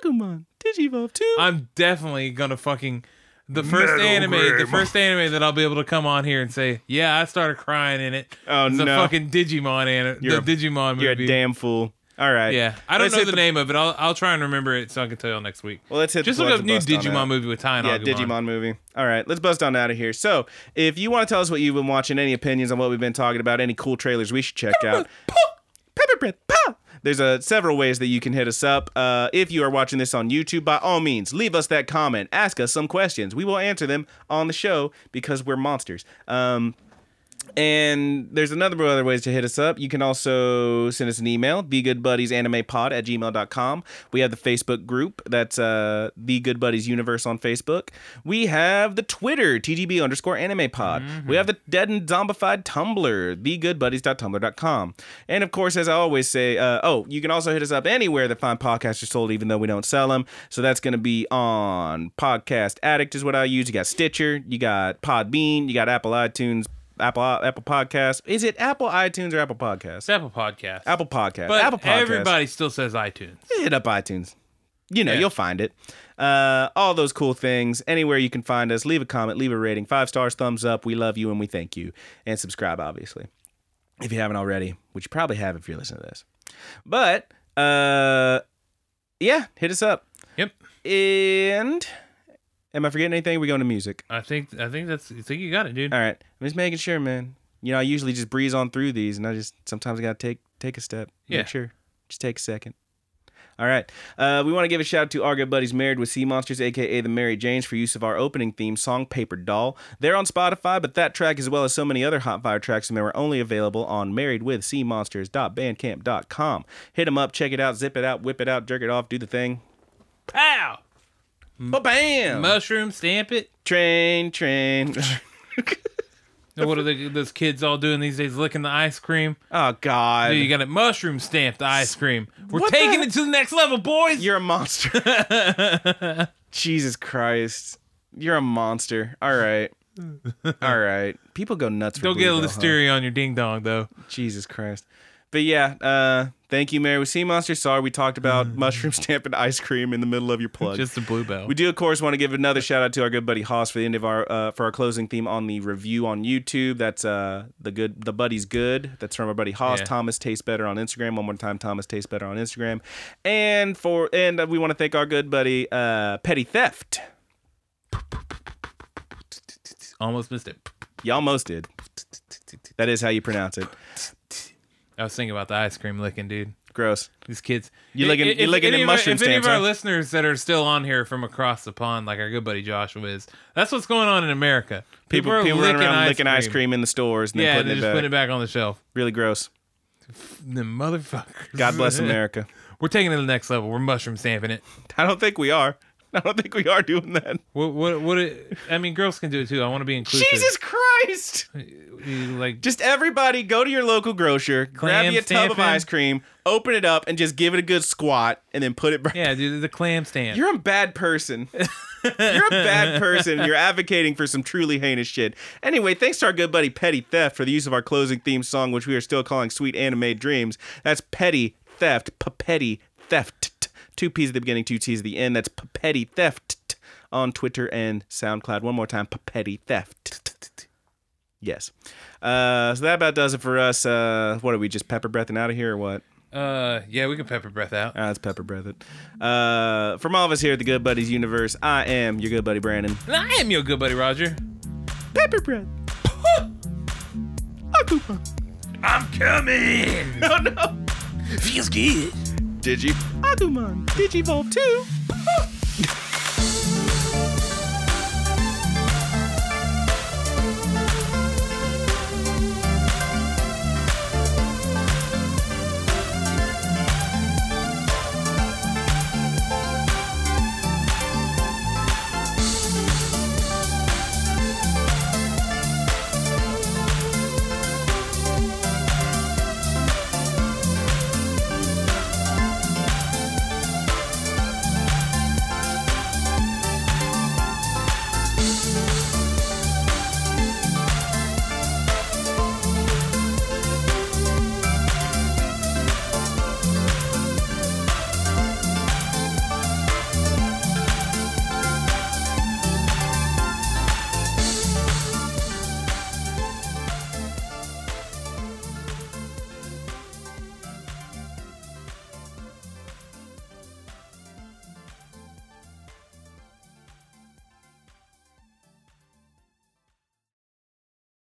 B: Agumon, Digivolve two.
A: I'm definitely gonna fucking the first
B: Metal
A: anime, the
B: Grim.
A: first anime that I'll be able to come on here and say, yeah, I started crying in it.
B: Oh,
A: it's
B: no.
A: a fucking Digimon anime,
B: You're
A: the
B: a-
A: Digimon movie.
B: You're a damn fool. All right.
A: yeah, I don't
B: Let's
A: know
B: hit
A: the, name of it. I'll I'll try and remember it so I can tell y'all next week.
B: Well, let's hit the
A: just look
B: plugs
A: up
B: and
A: new
B: bust on that.
A: Digimon movie with Ty and
B: Yeah,
A: Agumon.
B: Digimon movie. All right, let's buzz on out of here. So, if you want to tell us what you've been watching, any opinions on what we've been talking about, any cool trailers we should check out, pepper breath, pow! There's uh, several ways that you can hit us up. Uh, if you are watching this on YouTube, by all means, leave us that comment. Ask us some questions. We will answer them on the show because we're monsters. Um, and there's another other ways to hit us up. You can also send us an email, thegoodbuddiesanimepod at gmail.com. We have the Facebook group. That's uh, The Good Buddies Universe on Facebook. We have the Twitter, TGB underscore anime pod. We have the dead and zombified Tumblr, thegoodbuddies.tumblr.com. And of course, as I always say, uh, oh, you can also hit us up anywhere that fine podcasts are sold, even though we don't sell them. So that's going to be on Podcast Addict is what I use. You got Stitcher, you got Podbean, you got Apple iTunes, Apple Apple Podcast. Is it Apple iTunes or Apple Podcast?
A: It's Apple Podcast.
B: Apple Podcast.
A: but
B: Apple Podcast.
A: everybody still says iTunes.
B: hit up iTunes. You know,
A: Yeah.
B: you'll find it. Uh, all those cool things. Anywhere you can find us, leave a comment, leave a rating, five stars, thumbs up. We love you and we thank you. And subscribe, obviously, if you haven't already, which you probably have if you're listening to this. But uh, yeah, hit us up.
A: Yep.
B: And am I forgetting anything? We're going to music.
A: I think I think that's I think you got it, dude.
B: All right, I'm just making sure, man. You know, I usually just breeze on through these, and I just sometimes I gotta take take a step.
A: Yeah.
B: Make sure. Just take a second. All right. Uh, we want to give a shout out to our good buddies Married with Sea Monsters, aka the Mary Janes, for use of our opening theme song, Paper Doll. They're on Spotify, but that track, as well as so many other Hot Fire tracks, and they were only available on marriedwithseamonsters.bandcamp.com. Hit them up, check it out, zip it out, whip it out, jerk it off, do the thing.
A: Pow! Mm.
B: Ba bam!
A: Mushroom stamp it.
B: train, train. [LAUGHS]
A: And what are the, those kids all doing these days? Licking the ice cream.
B: oh, God.
A: Dude, you got a mushroom stamped ice cream. We're
B: What the
A: taking
B: heck?
A: it to the next level, boys.
B: You're a monster. [LAUGHS] Jesus Christ. You're a monster. All right. All right. People go nuts for
A: Go get a
B: Bluebell,
A: listeria on your ding dong, though.
B: huh? Jesus Christ. But yeah, uh, thank you, Mary. With Sea Monster, sorry we
A: [LAUGHS]
B: talked about mushroom stamping ice cream in the middle of your plug.
A: Just a bluebell.
B: We do, of course, want to give another shout out to our good buddy Haas for the end of our uh, for our closing theme on the review on YouTube. That's uh, the good the buddy's good. That's from our buddy Haas.
A: Yeah.
B: Thomas tastes better on Instagram. One more time, Thomas tastes better on Instagram. And for and we want to thank our good buddy uh, Petty Theft.
A: Almost missed it.
B: You almost did. That is how you pronounce it.
A: I was thinking about the ice cream licking, dude.
B: Gross.
A: These kids.
B: You
A: If-
B: licking- you
A: if- if
B: licking
A: any
B: in
A: of our-
B: mushroom
A: If any of
B: stamps,
A: our
B: huh?
A: listeners that are still on here from across the pond, like our good buddy Joshua is, that's what's going on in America.
B: People,
A: are
B: people running
A: licking
B: around licking ice cream in the stores and then
A: Yeah,
B: putting
A: they're
B: it
A: just
B: back.
A: putting it back on the shelf.
B: Really gross.
A: The motherfuckers. [LAUGHS]
B: God bless America.
A: We're taking it to the next level. We're mushroom stamping it.
B: I don't think we are. I don't think we are doing that.
A: What what what? It, I mean, girls can do it too. I want to be inclusive.
B: Jesus Christ!
A: You, like
B: Just everybody go to your local grocer, grab
A: Clam
B: you a tub of
A: stamping.
B: ice cream, open it up, and just give it a good squat, and then put it [LAUGHS] back.
A: yeah, dude, the clam stamp.
B: You're a bad person. You're a bad person. You're advocating for some truly heinous shit. Anyway, thanks to our good buddy Petty Theft for the use of our closing theme song, which we are still calling Sweet Anime Dreams. That's Petty Theft. P- Petty Theft. Two P's at the beginning, two T's at the end. That's P- Petty Theft on Twitter and SoundCloud. One more time, P- Petty Theft. Yes. Uh, so that about does it for us. Uh, what are we just pepper breathing out of here or what?
A: Uh, yeah, we can pepper breath out.
B: Ah, it's pepper breath it. Uh, from all of us here at the Good Buddies Universe, I am your good buddy Brandon.
A: And I am your good buddy Roger.
B: Pepper breath.
A: I'm coming.
B: Oh [LAUGHS] no!
A: Feels good.
B: Digi. Agumon. Digivolve 2.